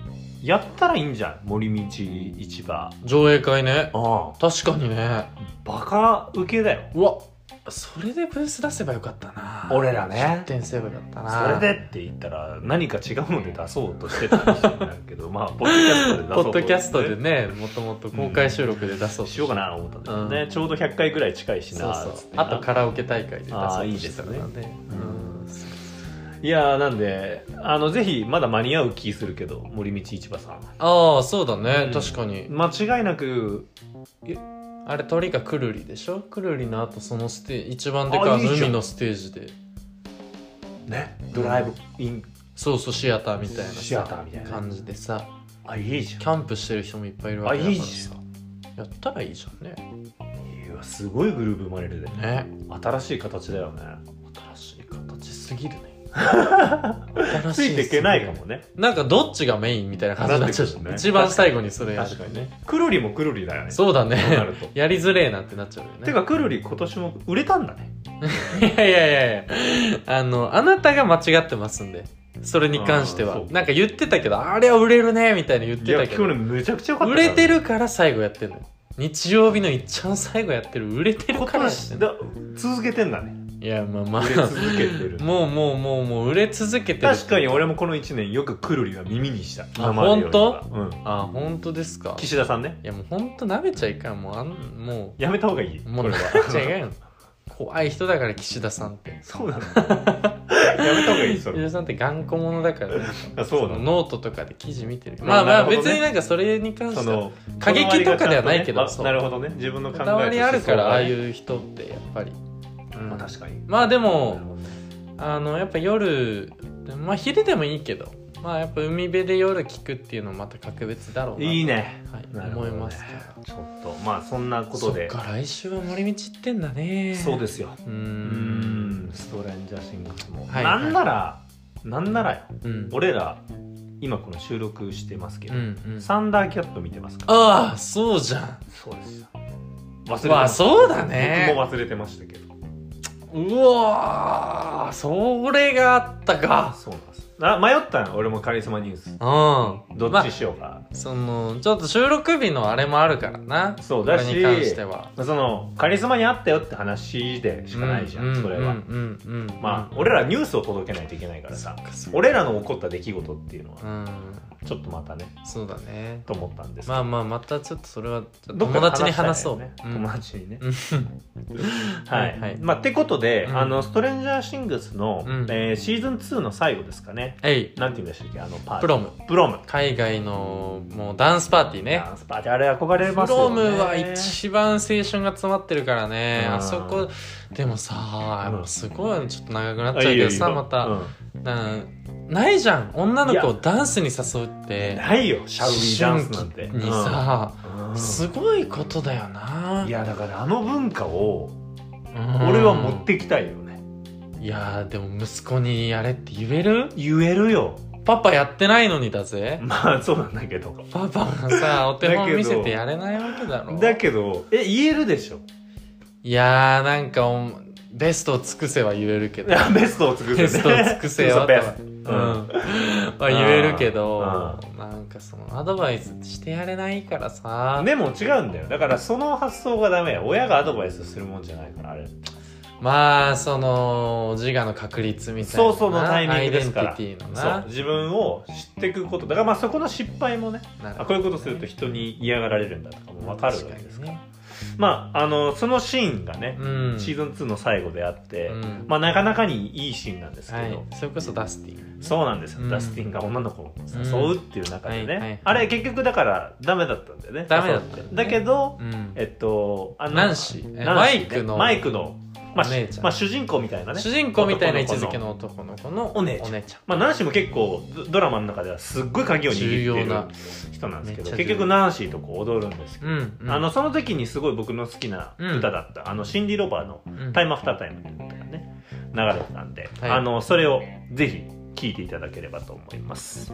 Speaker 2: やったらいいんじゃん森道市場
Speaker 1: 上映会ね
Speaker 2: あ
Speaker 1: 確かにね
Speaker 2: バカウケだよ
Speaker 1: うわそれでブース出せばよかったな
Speaker 2: 俺らね
Speaker 1: 出店すればよかった
Speaker 2: そ
Speaker 1: な
Speaker 2: れでって言ったら何か違うので出そうとしてた話になるけどまあ ポッドキャストで出
Speaker 1: ポ
Speaker 2: そ
Speaker 1: ッ
Speaker 2: うと
Speaker 1: ドキャストでねもともと公開収録で出そうと
Speaker 2: しようかなと思ったんだけどね、
Speaker 1: う
Speaker 2: ちょうど100回ぐらい近いし
Speaker 1: そう
Speaker 2: な
Speaker 1: そう
Speaker 2: つってな
Speaker 1: あとカラオケ大会で出
Speaker 2: あ
Speaker 1: そ
Speaker 2: あ
Speaker 1: う
Speaker 2: い
Speaker 1: と
Speaker 2: いで
Speaker 1: して
Speaker 2: す
Speaker 1: た
Speaker 2: ね
Speaker 1: のでうん
Speaker 2: いやーなんであのぜひまだ間に合う気するけど森道市場さん
Speaker 1: ああそうだね
Speaker 2: うん
Speaker 1: 確かに
Speaker 2: 間違いなく
Speaker 1: あれ鳥がくるりでしょくるりのあとそのステージ一番でかい
Speaker 2: あ
Speaker 1: あの
Speaker 2: いいじゃん
Speaker 1: 海のステージで
Speaker 2: ねドライブイン
Speaker 1: そうそうシアターみたいなさ
Speaker 2: シアターみたいな
Speaker 1: 感じでさ
Speaker 2: あいいじゃん
Speaker 1: キャンプしてる人もいっぱいいるわけだ
Speaker 2: あ
Speaker 1: か
Speaker 2: い
Speaker 1: ら
Speaker 2: い
Speaker 1: さ
Speaker 2: じ
Speaker 1: やったらいいじゃんね
Speaker 2: いやすごいグループ生まれるでね
Speaker 1: ね
Speaker 2: 新しい形だよね
Speaker 1: 新しい形すぎるね 新し
Speaker 2: つ
Speaker 1: すぎる
Speaker 2: いていけないかもね
Speaker 1: なんかどっちがメインみたいな感じになっちゃうじゃ
Speaker 2: なってく
Speaker 1: ん
Speaker 2: るね
Speaker 1: 一番最後にそれやる
Speaker 2: 確かにねくるりもくるりだよね
Speaker 1: そうだね
Speaker 2: そうなると
Speaker 1: やりづれえなってなっちゃうよね
Speaker 2: てかくるり今年も売れたんだね
Speaker 1: いやいやいやいやあのあなたが間違ってますんでそれに関して
Speaker 2: あー
Speaker 1: は
Speaker 2: そう
Speaker 1: なんか言ってたけどあれは売れるねみたいに言っ
Speaker 2: い
Speaker 1: て
Speaker 2: や
Speaker 1: たけど
Speaker 2: 去年めちゃくちゃ良かった
Speaker 1: 売
Speaker 2: から
Speaker 1: れてるから最後やってんのよ日曜日のいっちゃん最後やってる売れてる
Speaker 2: 今
Speaker 1: からやって
Speaker 2: 年
Speaker 1: んの
Speaker 2: だ続けてん だね
Speaker 1: いやまあま
Speaker 2: 売れ続
Speaker 1: あ
Speaker 2: けて る
Speaker 1: もうもうもうもう売れ続けてる
Speaker 2: 確かに俺もこの1年よくくるりは耳にした
Speaker 1: あ
Speaker 2: 今までよりはうん
Speaker 1: あ本当ですかい
Speaker 2: 岸田さんね
Speaker 1: やもう本当舐めちゃいかんもうあんも
Speaker 2: やめた方がいいう
Speaker 1: もう
Speaker 2: これは
Speaker 1: 舐めちゃいかんよ怖い人だから岸田さんって
Speaker 2: そうなのやめた方がいいそ
Speaker 1: 岸
Speaker 2: れ
Speaker 1: 田さんって頑固者だから
Speaker 2: あ そうなの
Speaker 1: ノートとかで記事見てるけどま
Speaker 2: ま
Speaker 1: あ
Speaker 2: あ
Speaker 1: まあ
Speaker 2: なるほどね
Speaker 1: 別になんかそれに関
Speaker 2: そ
Speaker 1: しては
Speaker 2: の
Speaker 1: 過激とかではないけど
Speaker 2: こだわりがちゃ
Speaker 1: そう
Speaker 2: んとねあなるほどね自分の考え
Speaker 1: こ
Speaker 2: と
Speaker 1: だわりあるからああ
Speaker 2: う、
Speaker 1: いう人ってやっぱり、うん
Speaker 2: まあ、確かに
Speaker 1: まあで
Speaker 2: なる
Speaker 1: も
Speaker 2: ほどね
Speaker 1: あのやっぱ夜まあ昼でもいいけどまあやっぱ海辺で夜聞くっていうのもまた格別だろうなと
Speaker 2: いい、ね
Speaker 1: はい
Speaker 2: なるほ
Speaker 1: 思
Speaker 2: どね
Speaker 1: いますから
Speaker 2: ちょっとまあそんなことで
Speaker 1: そっか来週は森道行ってんだね
Speaker 2: そうですすよ
Speaker 1: うー
Speaker 2: うんんストレンジャーシングスも、
Speaker 1: はい
Speaker 2: なんならなんならよ
Speaker 1: うん
Speaker 2: 俺ら今この収録してますけ
Speaker 1: う
Speaker 2: ど、
Speaker 1: んうん
Speaker 2: サンダーキャット見てますから
Speaker 1: ああそうじゃん
Speaker 2: そうですよ忘れて
Speaker 1: わ
Speaker 2: ま
Speaker 1: あ
Speaker 2: した
Speaker 1: そうだね
Speaker 2: 僕も忘れてましたけど
Speaker 1: うわーそれがあったか
Speaker 2: そうなんですあ迷ったん俺もカリスマニュース
Speaker 1: う
Speaker 2: どっちしようか、
Speaker 1: んそのちょっと収録日のあれもあるからな
Speaker 2: そう
Speaker 1: これ
Speaker 2: だ
Speaker 1: に
Speaker 2: し
Speaker 1: 関しては
Speaker 2: そのカリスマに会ったよって話でしかないじゃん、
Speaker 1: う
Speaker 2: それは、
Speaker 1: うんうんうん
Speaker 2: まあ俺らニュースを届けないといけないからさ俺らの起こった出来事っていうの
Speaker 1: う
Speaker 2: は
Speaker 1: ん
Speaker 2: ちょっとまたね
Speaker 1: そうだね
Speaker 2: と思ったんですけど
Speaker 1: まあまあまたちょっとそれは
Speaker 2: どっか
Speaker 1: 友
Speaker 2: で
Speaker 1: 達に話そう、
Speaker 2: 話した
Speaker 1: う
Speaker 2: いよね
Speaker 1: ん
Speaker 2: 友達にね、
Speaker 1: うん
Speaker 2: はい、
Speaker 1: はい
Speaker 2: まあってことで、
Speaker 1: うん
Speaker 2: あのストレンジャーシングスの、
Speaker 1: うん
Speaker 2: えーシーズン2の最後ですかね
Speaker 1: えい
Speaker 2: なんて言うんでしたっけあのパーティー
Speaker 1: プロム
Speaker 2: プロム
Speaker 1: 海外のもうダンスパーティーね
Speaker 2: ダンスパーティーあれ憧れ
Speaker 1: プ
Speaker 2: ますよ
Speaker 1: ロ
Speaker 2: ね
Speaker 1: ムは一番青春が詰まってるからね、
Speaker 2: うん
Speaker 1: あそこでもさ、
Speaker 2: うん
Speaker 1: すごいちょっと長くなっ
Speaker 2: あ
Speaker 1: ちゃう
Speaker 2: いい
Speaker 1: け
Speaker 2: よ
Speaker 1: ど
Speaker 2: いい
Speaker 1: さ
Speaker 2: よ
Speaker 1: ま
Speaker 2: う
Speaker 1: た、
Speaker 2: ん
Speaker 1: なんないじゃん女の子をダンスに誘うって
Speaker 2: ないよシャウイダンスなんて
Speaker 1: 思春期にさ、
Speaker 2: うんうん
Speaker 1: すごいことだよない
Speaker 2: やだからあの文化を
Speaker 1: うん
Speaker 2: 俺は持ってきたいよね、
Speaker 1: いやーでも息子にやれって言える
Speaker 2: 言えるよ
Speaker 1: パパやってないのにだぜ
Speaker 2: まあそうなんだけど
Speaker 1: パパがさお手
Speaker 2: だけ
Speaker 1: 本
Speaker 2: ど
Speaker 1: 見せてやれないわけだろ
Speaker 2: だけどえ言えるでしょ
Speaker 1: いやーなんかおベストを尽くせは言えるけど
Speaker 2: ベストを尽くせね
Speaker 1: ベストを尽くせよ
Speaker 2: そうベスト
Speaker 1: うん、
Speaker 2: ん
Speaker 1: まあ言えるけど
Speaker 2: う
Speaker 1: なんかそのアドバイスしてやれないからさ、
Speaker 2: でも違うんだよだからその発想がダメ親がアドバイスするもんじゃないからあれ
Speaker 1: まあその自我の確立みたいな
Speaker 2: そうそうのタイミングですから
Speaker 1: アイデンティティの
Speaker 2: そう
Speaker 1: な
Speaker 2: 自分を知っていくことだからまあそこの失敗もね
Speaker 1: なる
Speaker 2: あ
Speaker 1: ほど
Speaker 2: こういうことすると人に嫌がられるんだとかも分かるわけですから
Speaker 1: 確
Speaker 2: まああのそのシーンがね
Speaker 1: か、にねうん
Speaker 2: シーズン2の最後であって、
Speaker 1: うん
Speaker 2: まあなかなかにいいシーンなんですけ
Speaker 1: は
Speaker 2: ど、
Speaker 1: い、それこそダスティン
Speaker 2: そうなんですよ、
Speaker 1: うん
Speaker 2: ダスティンが女の子を誘うっていう中でね、
Speaker 1: うんはいはいはい
Speaker 2: あれ結局だからダメだったんだよね
Speaker 1: ダメだったんだよね
Speaker 2: 誘てだけど
Speaker 1: うん
Speaker 2: えっとあの
Speaker 1: ナンシーえ
Speaker 2: ナンシ
Speaker 1: マ
Speaker 2: ね
Speaker 1: イクの
Speaker 2: マイクのまあ
Speaker 1: お姉ちゃん
Speaker 2: まあ、主人公みたいなね
Speaker 1: 主人公みたいな位置づけの男の子の
Speaker 2: お姉ちゃんまあ、ナンシーも結構ドドラマの中ではすっごい鍵を握
Speaker 1: 重要な
Speaker 2: ってる人なんですけ
Speaker 1: めっちゃ
Speaker 2: ど
Speaker 1: 重要
Speaker 2: 結局ナンシーとこう踊るんですけど、
Speaker 1: うん、うん、
Speaker 2: あのその時にすごい僕の好きな歌だった、あのシンディ・ロバーの
Speaker 1: うん
Speaker 2: 「タイム・アフター・タイム」っていう歌がね流れてたんで、
Speaker 1: はい
Speaker 2: あのそれをぜひ聴いていただければと思います。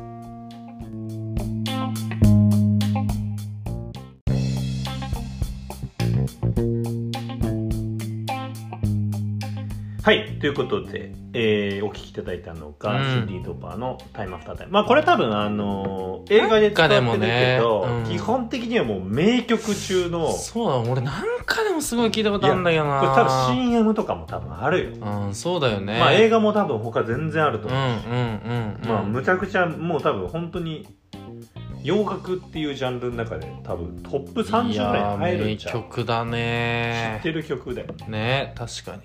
Speaker 2: はい。ということで、えーお聴きいただいたのが、
Speaker 1: うん
Speaker 2: シンディ・ロバーのタイムアフタータイム。まあ、これ多分、あのー映画で使ってるけ
Speaker 1: な
Speaker 2: ど、
Speaker 1: んかでもねうん
Speaker 2: 基本的にはもう名曲中の、
Speaker 1: そうだ俺なんかでもすごい聞いたことあるんだけどな
Speaker 2: これ多分 CM とかも多分あるよ。
Speaker 1: うんそうだよね
Speaker 2: まあ映
Speaker 1: 画
Speaker 2: 画も多分他全然あると
Speaker 1: うん
Speaker 2: 思う、
Speaker 1: うんうん
Speaker 2: まあ
Speaker 1: うん
Speaker 2: むちゃくちゃもう多分本当に洋楽っていうジャンルの中で多分トップ30ぐらい入るんちゃ
Speaker 1: いや
Speaker 2: う
Speaker 1: 名曲だ
Speaker 2: 知
Speaker 1: ね
Speaker 2: ってる曲だよ
Speaker 1: ね確かに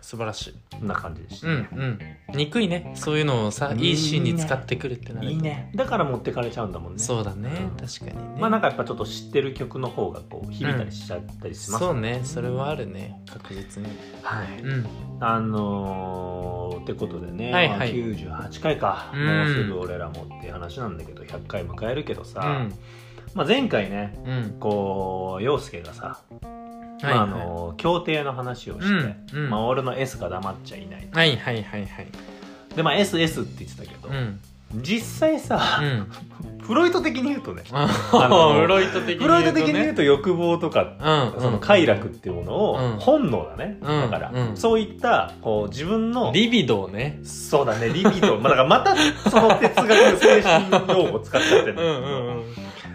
Speaker 1: 素晴らしい
Speaker 2: こんな感じでした、
Speaker 1: うんうん憎いねそういうのをさいいシーンに使ってくるってなると
Speaker 2: いいねだから持ってかれちゃうんだもんね
Speaker 1: そうだね
Speaker 2: うん
Speaker 1: 確かにね
Speaker 2: まあなんかやっぱちょっと知ってる曲の方がこう響いたりしちゃったりします、
Speaker 1: そうねそれはあるね確実に
Speaker 2: はい
Speaker 1: うん
Speaker 2: あのー、ってことでね、
Speaker 1: はいはい
Speaker 2: まあ98回か、
Speaker 1: うん
Speaker 2: もうすぐ俺らもっていう話なんだけど100回迎えるけどさ、
Speaker 1: うん
Speaker 2: まあ、前回ね
Speaker 1: うん
Speaker 2: こう陽介がさ
Speaker 1: はい
Speaker 2: ま
Speaker 1: は
Speaker 2: あ、あ
Speaker 1: い
Speaker 2: の協定の話をして、
Speaker 1: うんうん
Speaker 2: まあ、俺の S が黙っちゃいない
Speaker 1: はいはいはいはい
Speaker 2: でまあ SS って言ってたけど、
Speaker 1: うん
Speaker 2: 実際さ
Speaker 1: う、 ん
Speaker 2: フロイト的に言うとね
Speaker 1: あ
Speaker 2: の
Speaker 1: のフロイト的に
Speaker 2: フロイト的に言
Speaker 1: ね
Speaker 2: うと欲望とか、
Speaker 1: うんうん
Speaker 2: その快楽っていうもの
Speaker 1: う
Speaker 2: を
Speaker 1: ん
Speaker 2: 本能だね、
Speaker 1: うん
Speaker 2: だから、
Speaker 1: うん
Speaker 2: そういったこう自分の
Speaker 1: リビドーね
Speaker 2: そうだねリビドまあ、だからまたその哲学の精神用語使っちゃって
Speaker 1: う
Speaker 2: る
Speaker 1: んう
Speaker 2: んだけど
Speaker 1: んうん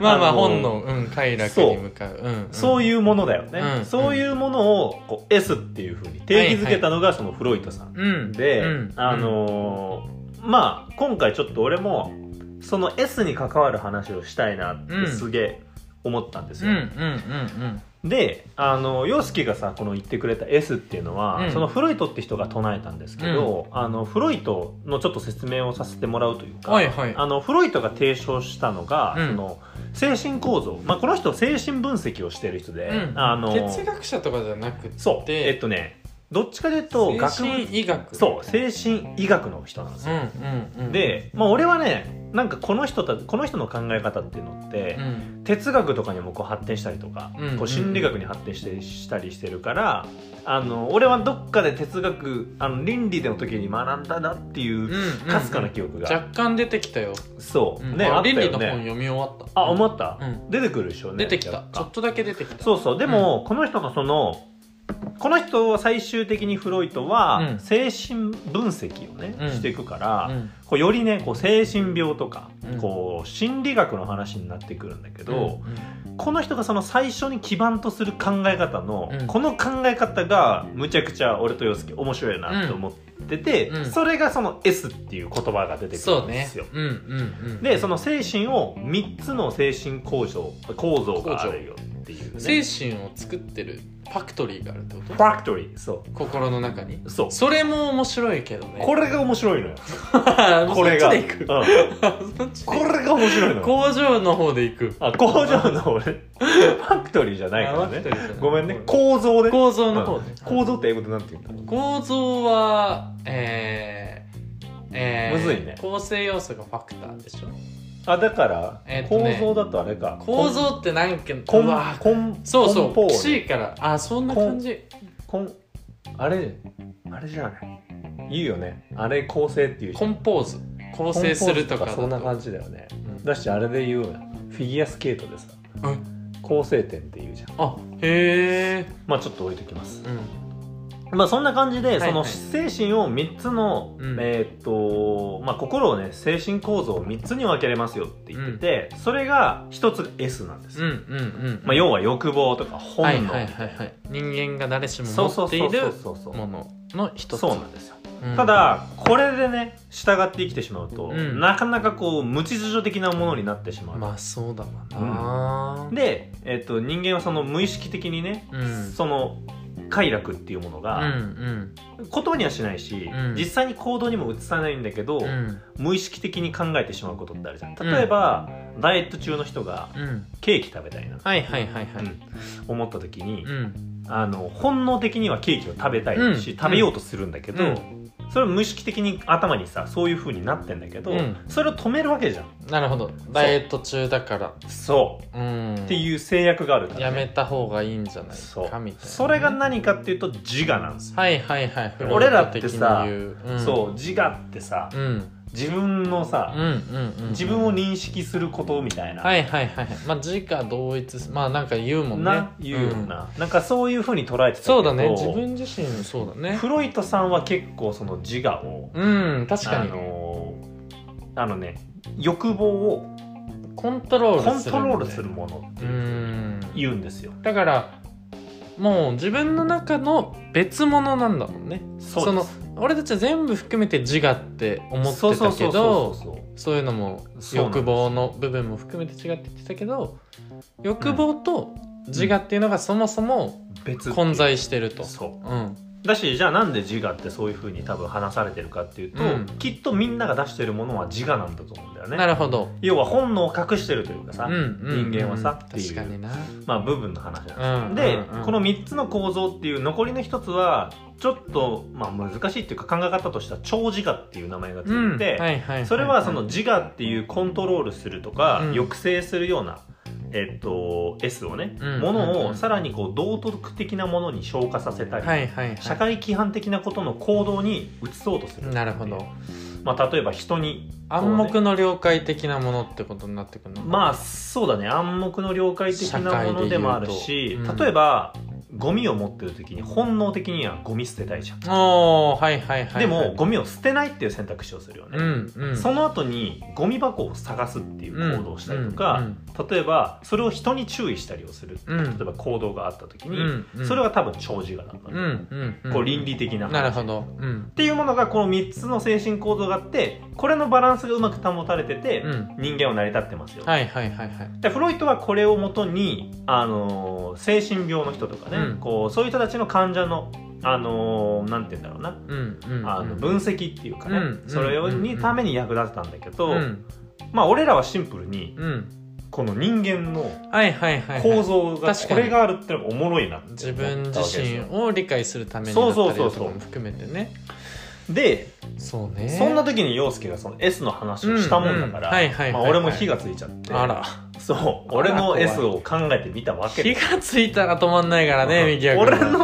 Speaker 1: まあまあ
Speaker 2: あの
Speaker 1: 本能うん快楽に向かううん
Speaker 2: そう
Speaker 1: い
Speaker 2: いうものだよね、
Speaker 1: うん
Speaker 2: そういうものをこう S っていうふうに定義づけたのがそのフロイトさん
Speaker 1: うん
Speaker 2: で、
Speaker 1: うん
Speaker 2: あのーまあ今回ちょっと俺もその S に関わる話をしたいなっ
Speaker 1: う
Speaker 2: て
Speaker 1: ん
Speaker 2: すげえ思ったんです
Speaker 1: うん
Speaker 2: よ、
Speaker 1: うんうん
Speaker 2: であの洋介がさこの言ってくれた S っていうのは、
Speaker 1: うん
Speaker 2: そのフロイトって人が唱えたんですけど、あのフロイトのちょっと説明をさせてもらうというか、
Speaker 1: はいはい
Speaker 2: あのフロイトが提唱したのが、
Speaker 1: うん
Speaker 2: その精神構造、まあ、この人精神分析をしてる人で、
Speaker 1: うん
Speaker 2: あの
Speaker 1: 哲学者とかじゃなくて
Speaker 2: そうえっとねどっちかというと
Speaker 1: 精
Speaker 2: 学
Speaker 1: 神医学
Speaker 2: そう精神医学の人なんです
Speaker 1: うん
Speaker 2: よ、
Speaker 1: うんうん
Speaker 2: で、まあ、俺はねなんかこの人たこの人の考え方っていうのって
Speaker 1: う、ん
Speaker 2: 哲学とかにもこう発展したりとか、
Speaker 1: うん
Speaker 2: こう心理学に発展してしたりしてるからあの俺はどっかで哲学あの倫理の時に学んだなっていううんかすかな記憶が、
Speaker 1: 若干出てきたよ
Speaker 2: そ
Speaker 1: う
Speaker 2: う、
Speaker 1: ん
Speaker 2: ね
Speaker 1: あ
Speaker 2: あった
Speaker 1: 倫理
Speaker 2: よ
Speaker 1: の本
Speaker 2: ね
Speaker 1: 読み終わった
Speaker 2: あ思った、
Speaker 1: うん
Speaker 2: 出てくるでしょうね
Speaker 1: 出てき
Speaker 2: や
Speaker 1: た
Speaker 2: っ
Speaker 1: ち
Speaker 2: ぱ
Speaker 1: ょっとだけ出てきた
Speaker 2: そうそうでも、この人のそのこの人は最終的にフロイト
Speaker 1: う
Speaker 2: は
Speaker 1: ん
Speaker 2: 精神分析をね、
Speaker 1: うん
Speaker 2: していくから、
Speaker 1: うん
Speaker 2: こうよりねこう精神病とか、
Speaker 1: うん
Speaker 2: こう心理学の話になってくるんだけど、
Speaker 1: うん
Speaker 2: この人がその最初に基盤とする考え方の、
Speaker 1: うん
Speaker 2: この考え方がむちゃくちゃ俺と洋介面白いなって思ってて、
Speaker 1: うんうん
Speaker 2: それがその S っていう言葉が出てく
Speaker 1: そ
Speaker 2: る
Speaker 1: うん
Speaker 2: で
Speaker 1: ね
Speaker 2: すよ。
Speaker 1: うんうんうん
Speaker 2: でその精神を3つの精神構造構造があるよっていう
Speaker 1: 精
Speaker 2: ね。
Speaker 1: 神を作ってるファクトリーがあるってこ
Speaker 2: フ
Speaker 1: と
Speaker 2: ァクトリーそ
Speaker 1: 心の中に
Speaker 2: うそう
Speaker 1: それも面白いけどね
Speaker 2: これが面白いのよ
Speaker 1: こ
Speaker 2: これが
Speaker 1: そっちで行く
Speaker 2: うん
Speaker 1: そっちで
Speaker 2: こ
Speaker 1: 行く
Speaker 2: れが面白いのよ
Speaker 1: 工場の方で行く
Speaker 2: あ工場の俺ファクトリーじゃないから
Speaker 1: あ待って
Speaker 2: ね
Speaker 1: るじゃない
Speaker 2: ごめんね構造で
Speaker 1: 構造の方ね
Speaker 2: 構造って英語でなんて言うんだろう
Speaker 1: 構造はえーえー
Speaker 2: むずいね
Speaker 1: 構成要素がファクターでしょ
Speaker 2: あだから、
Speaker 1: えーと
Speaker 2: 構
Speaker 1: ね
Speaker 2: 造だとあれか
Speaker 1: 構造って何件
Speaker 2: コン
Speaker 1: うわ
Speaker 2: コン
Speaker 1: そうそ
Speaker 2: コンポー
Speaker 1: う
Speaker 2: ネ
Speaker 1: C からあそんな感じ
Speaker 2: コンあれあれじゃない言うよねあれ構成っていうじゃ
Speaker 1: コ
Speaker 2: ん
Speaker 1: ンポーズ構成するとかだ
Speaker 2: コンポーズそんな
Speaker 1: と
Speaker 2: 感じだよね
Speaker 1: うん
Speaker 2: だしあれで言うやんフィギュアスケートでさ
Speaker 1: う
Speaker 2: 構成点って言うじゃん
Speaker 1: あへえ
Speaker 2: まあちょっと置いときます
Speaker 1: うん
Speaker 2: まあそんな感じで、
Speaker 1: いはい
Speaker 2: その精神を3つの、
Speaker 1: うん
Speaker 2: えーっとまあ心をね精神構造を3つに分けれますよって言ってて、それが1つが S なんです
Speaker 1: うん
Speaker 2: よ、
Speaker 1: うんうん
Speaker 2: まあ、要は欲望とか本
Speaker 1: はい
Speaker 2: 能み
Speaker 1: は
Speaker 2: たい
Speaker 1: い
Speaker 2: な
Speaker 1: はいはい人間が誰しも
Speaker 2: そう
Speaker 1: 持
Speaker 2: そう
Speaker 1: って
Speaker 2: そ
Speaker 1: いう
Speaker 2: そう
Speaker 1: る
Speaker 2: そうそう
Speaker 1: ものの一つ
Speaker 2: そうなんですよ、
Speaker 1: うん
Speaker 2: ただこれでね従って生きてしまうと、
Speaker 1: うん
Speaker 2: なかなかこう無秩序的なものになってしまう、
Speaker 1: まあそうだわな
Speaker 2: で、えっと人間はその無意識的にね、
Speaker 1: うん
Speaker 2: その快楽っていうもの
Speaker 1: うん
Speaker 2: が、言葉にはしないし、
Speaker 1: うん
Speaker 2: 実際に行動にも移さないんだけど、
Speaker 1: うんうん
Speaker 2: 無意識的に考えてしまうことってあるじゃん例えば、ダイエット中の人が
Speaker 1: うん
Speaker 2: ケーキ食べたいな、
Speaker 1: はいはいはいは
Speaker 2: う
Speaker 1: い
Speaker 2: ん思った時に、
Speaker 1: うん
Speaker 2: あの本能的にはケーキを食べたいし、
Speaker 1: うん
Speaker 2: 食べようとするんだけど、
Speaker 1: うん
Speaker 2: それは無意識的に頭にさそういう風になってんだけど、
Speaker 1: うん
Speaker 2: それを止めるわけじゃん
Speaker 1: なるほどダイエット中だから
Speaker 2: そう
Speaker 1: うん
Speaker 2: っていう制約があるから、ね、
Speaker 1: やめた方がいいんじゃない
Speaker 2: そう
Speaker 1: かみたいな
Speaker 2: それが何かっていうと自我なんですよ、
Speaker 1: はいはいはい
Speaker 2: 俺らってさ
Speaker 1: フロイト的に言う
Speaker 2: そう自我ってさ
Speaker 1: うんうん
Speaker 2: 自分のさ
Speaker 1: うん、うんうん
Speaker 2: 自分を認識することみたいな、
Speaker 1: はいはいはいはいまあ自我同一すまあなんか言うもんね
Speaker 2: ないうような、なんかそういう風に捉えてたけ
Speaker 1: そ
Speaker 2: ど
Speaker 1: うだね自分自身そうだね
Speaker 2: フロイトさんは結構その自我を、
Speaker 1: うん確
Speaker 2: あ
Speaker 1: かに
Speaker 2: のーあのね欲望を
Speaker 1: コントロール
Speaker 2: コン
Speaker 1: する
Speaker 2: トロールするものって
Speaker 1: う
Speaker 2: いう風に
Speaker 1: ん
Speaker 2: 言うんですよ
Speaker 1: だからもう自分の中の別物なんだもんね
Speaker 2: そ
Speaker 1: そ
Speaker 2: うで
Speaker 1: の
Speaker 2: す
Speaker 1: 俺たちは全部含めて自我って思っ
Speaker 2: そう
Speaker 1: て
Speaker 2: そ
Speaker 1: た
Speaker 2: うそ
Speaker 1: け
Speaker 2: うそう
Speaker 1: ど
Speaker 2: そうそう
Speaker 1: そういうのも
Speaker 2: そうなんです
Speaker 1: 欲望の部分も含めて違って言ってたけど欲望と自我っていうのがそもそも
Speaker 2: 別
Speaker 1: 混在してると。
Speaker 2: そ
Speaker 1: うん
Speaker 2: うだしじゃあなんで自我ってそういうふうに多分話されてるかっていうと、
Speaker 1: うん
Speaker 2: きっとみんなが出してるものは自我なんだと思うんだよ
Speaker 1: な
Speaker 2: ね
Speaker 1: るほど。
Speaker 2: 要は本能を隠してるというかさ、
Speaker 1: うんうん
Speaker 2: 人間はさ
Speaker 1: うん
Speaker 2: っていう
Speaker 1: 確かにな。
Speaker 2: まあ部分の話なんですよ、
Speaker 1: うん
Speaker 2: で、
Speaker 1: うんうん
Speaker 2: この3つの構造っていう残りの1つはちょっと、まあ、難しいっていうか考え方としては超自我っていう名前がつ
Speaker 1: うん
Speaker 2: いて、
Speaker 1: はいはいいい
Speaker 2: それはその自我っていうコントロールするとか、
Speaker 1: うん
Speaker 2: 抑制するような、えっと、S をね、
Speaker 1: うん
Speaker 2: も
Speaker 1: うん
Speaker 2: の
Speaker 1: う
Speaker 2: を
Speaker 1: ん
Speaker 2: さらにこう道徳的なものに昇華させたり、
Speaker 1: はいはいはい
Speaker 2: 社会規範的なことの行動に移そうとする
Speaker 1: なるほど。
Speaker 2: まあ、例えば人に
Speaker 1: 暗黙の了解的なものってことになってくるの。
Speaker 2: まあそうだね暗黙の了解的なものでもあるし
Speaker 1: 社会で、言うとうん
Speaker 2: 例えばゴミを持ってる時に本能的にはゴミ捨てたいじゃん、
Speaker 1: おーはいはいはいはい。
Speaker 2: でもゴミを捨てないっていう選択肢をするよね、
Speaker 1: うんうん。
Speaker 2: その後にゴミ箱を探すっていう行動をしたりとか、例えばそれを人に注意したりをする、
Speaker 1: うん
Speaker 2: 例えば行動があった時
Speaker 1: うん
Speaker 2: に、
Speaker 1: うんうん、
Speaker 2: それは多分長自我なんだ
Speaker 1: うんうんうん
Speaker 2: こう倫理的な話
Speaker 1: なるほど。うん
Speaker 2: っていうものがこの3つの精神構造があってこれのバランスがうまく保たれてて、
Speaker 1: うん
Speaker 2: 人間は成り立ってますよ、
Speaker 1: はいはいはいはい。
Speaker 2: でフロイトはこれをもとに、あのー精神病の人とかね、
Speaker 1: うん
Speaker 2: こうそういう人たちの患者の、あのーなんて言うんだろうな、
Speaker 1: うんうん。
Speaker 2: あの分析っていうかね、
Speaker 1: うん
Speaker 2: それをにために役立てたんだけど、
Speaker 1: うん
Speaker 2: まあ俺らはシンプルに
Speaker 1: うん。
Speaker 2: この人間の
Speaker 1: はいはいはいはい。
Speaker 2: 構造が
Speaker 1: 確か
Speaker 2: こ
Speaker 1: に
Speaker 2: れがあるってのがおもろいなって
Speaker 1: 自分自身
Speaker 2: 思ったわ
Speaker 1: を理解するためにだったり
Speaker 2: そうそう
Speaker 1: と
Speaker 2: そ
Speaker 1: か
Speaker 2: うそう
Speaker 1: も含めてね
Speaker 2: けですよ
Speaker 1: そう
Speaker 2: で、
Speaker 1: ね
Speaker 2: そんな時に陽介がその S の話をしたもんだか
Speaker 1: うんうんはいはいはい
Speaker 2: らまあ
Speaker 1: はい
Speaker 2: 俺も火がついちゃって
Speaker 1: あら
Speaker 2: そう俺の S を考えてみたわけ
Speaker 1: 火がついたら止まんないからね右は
Speaker 2: 俺の S も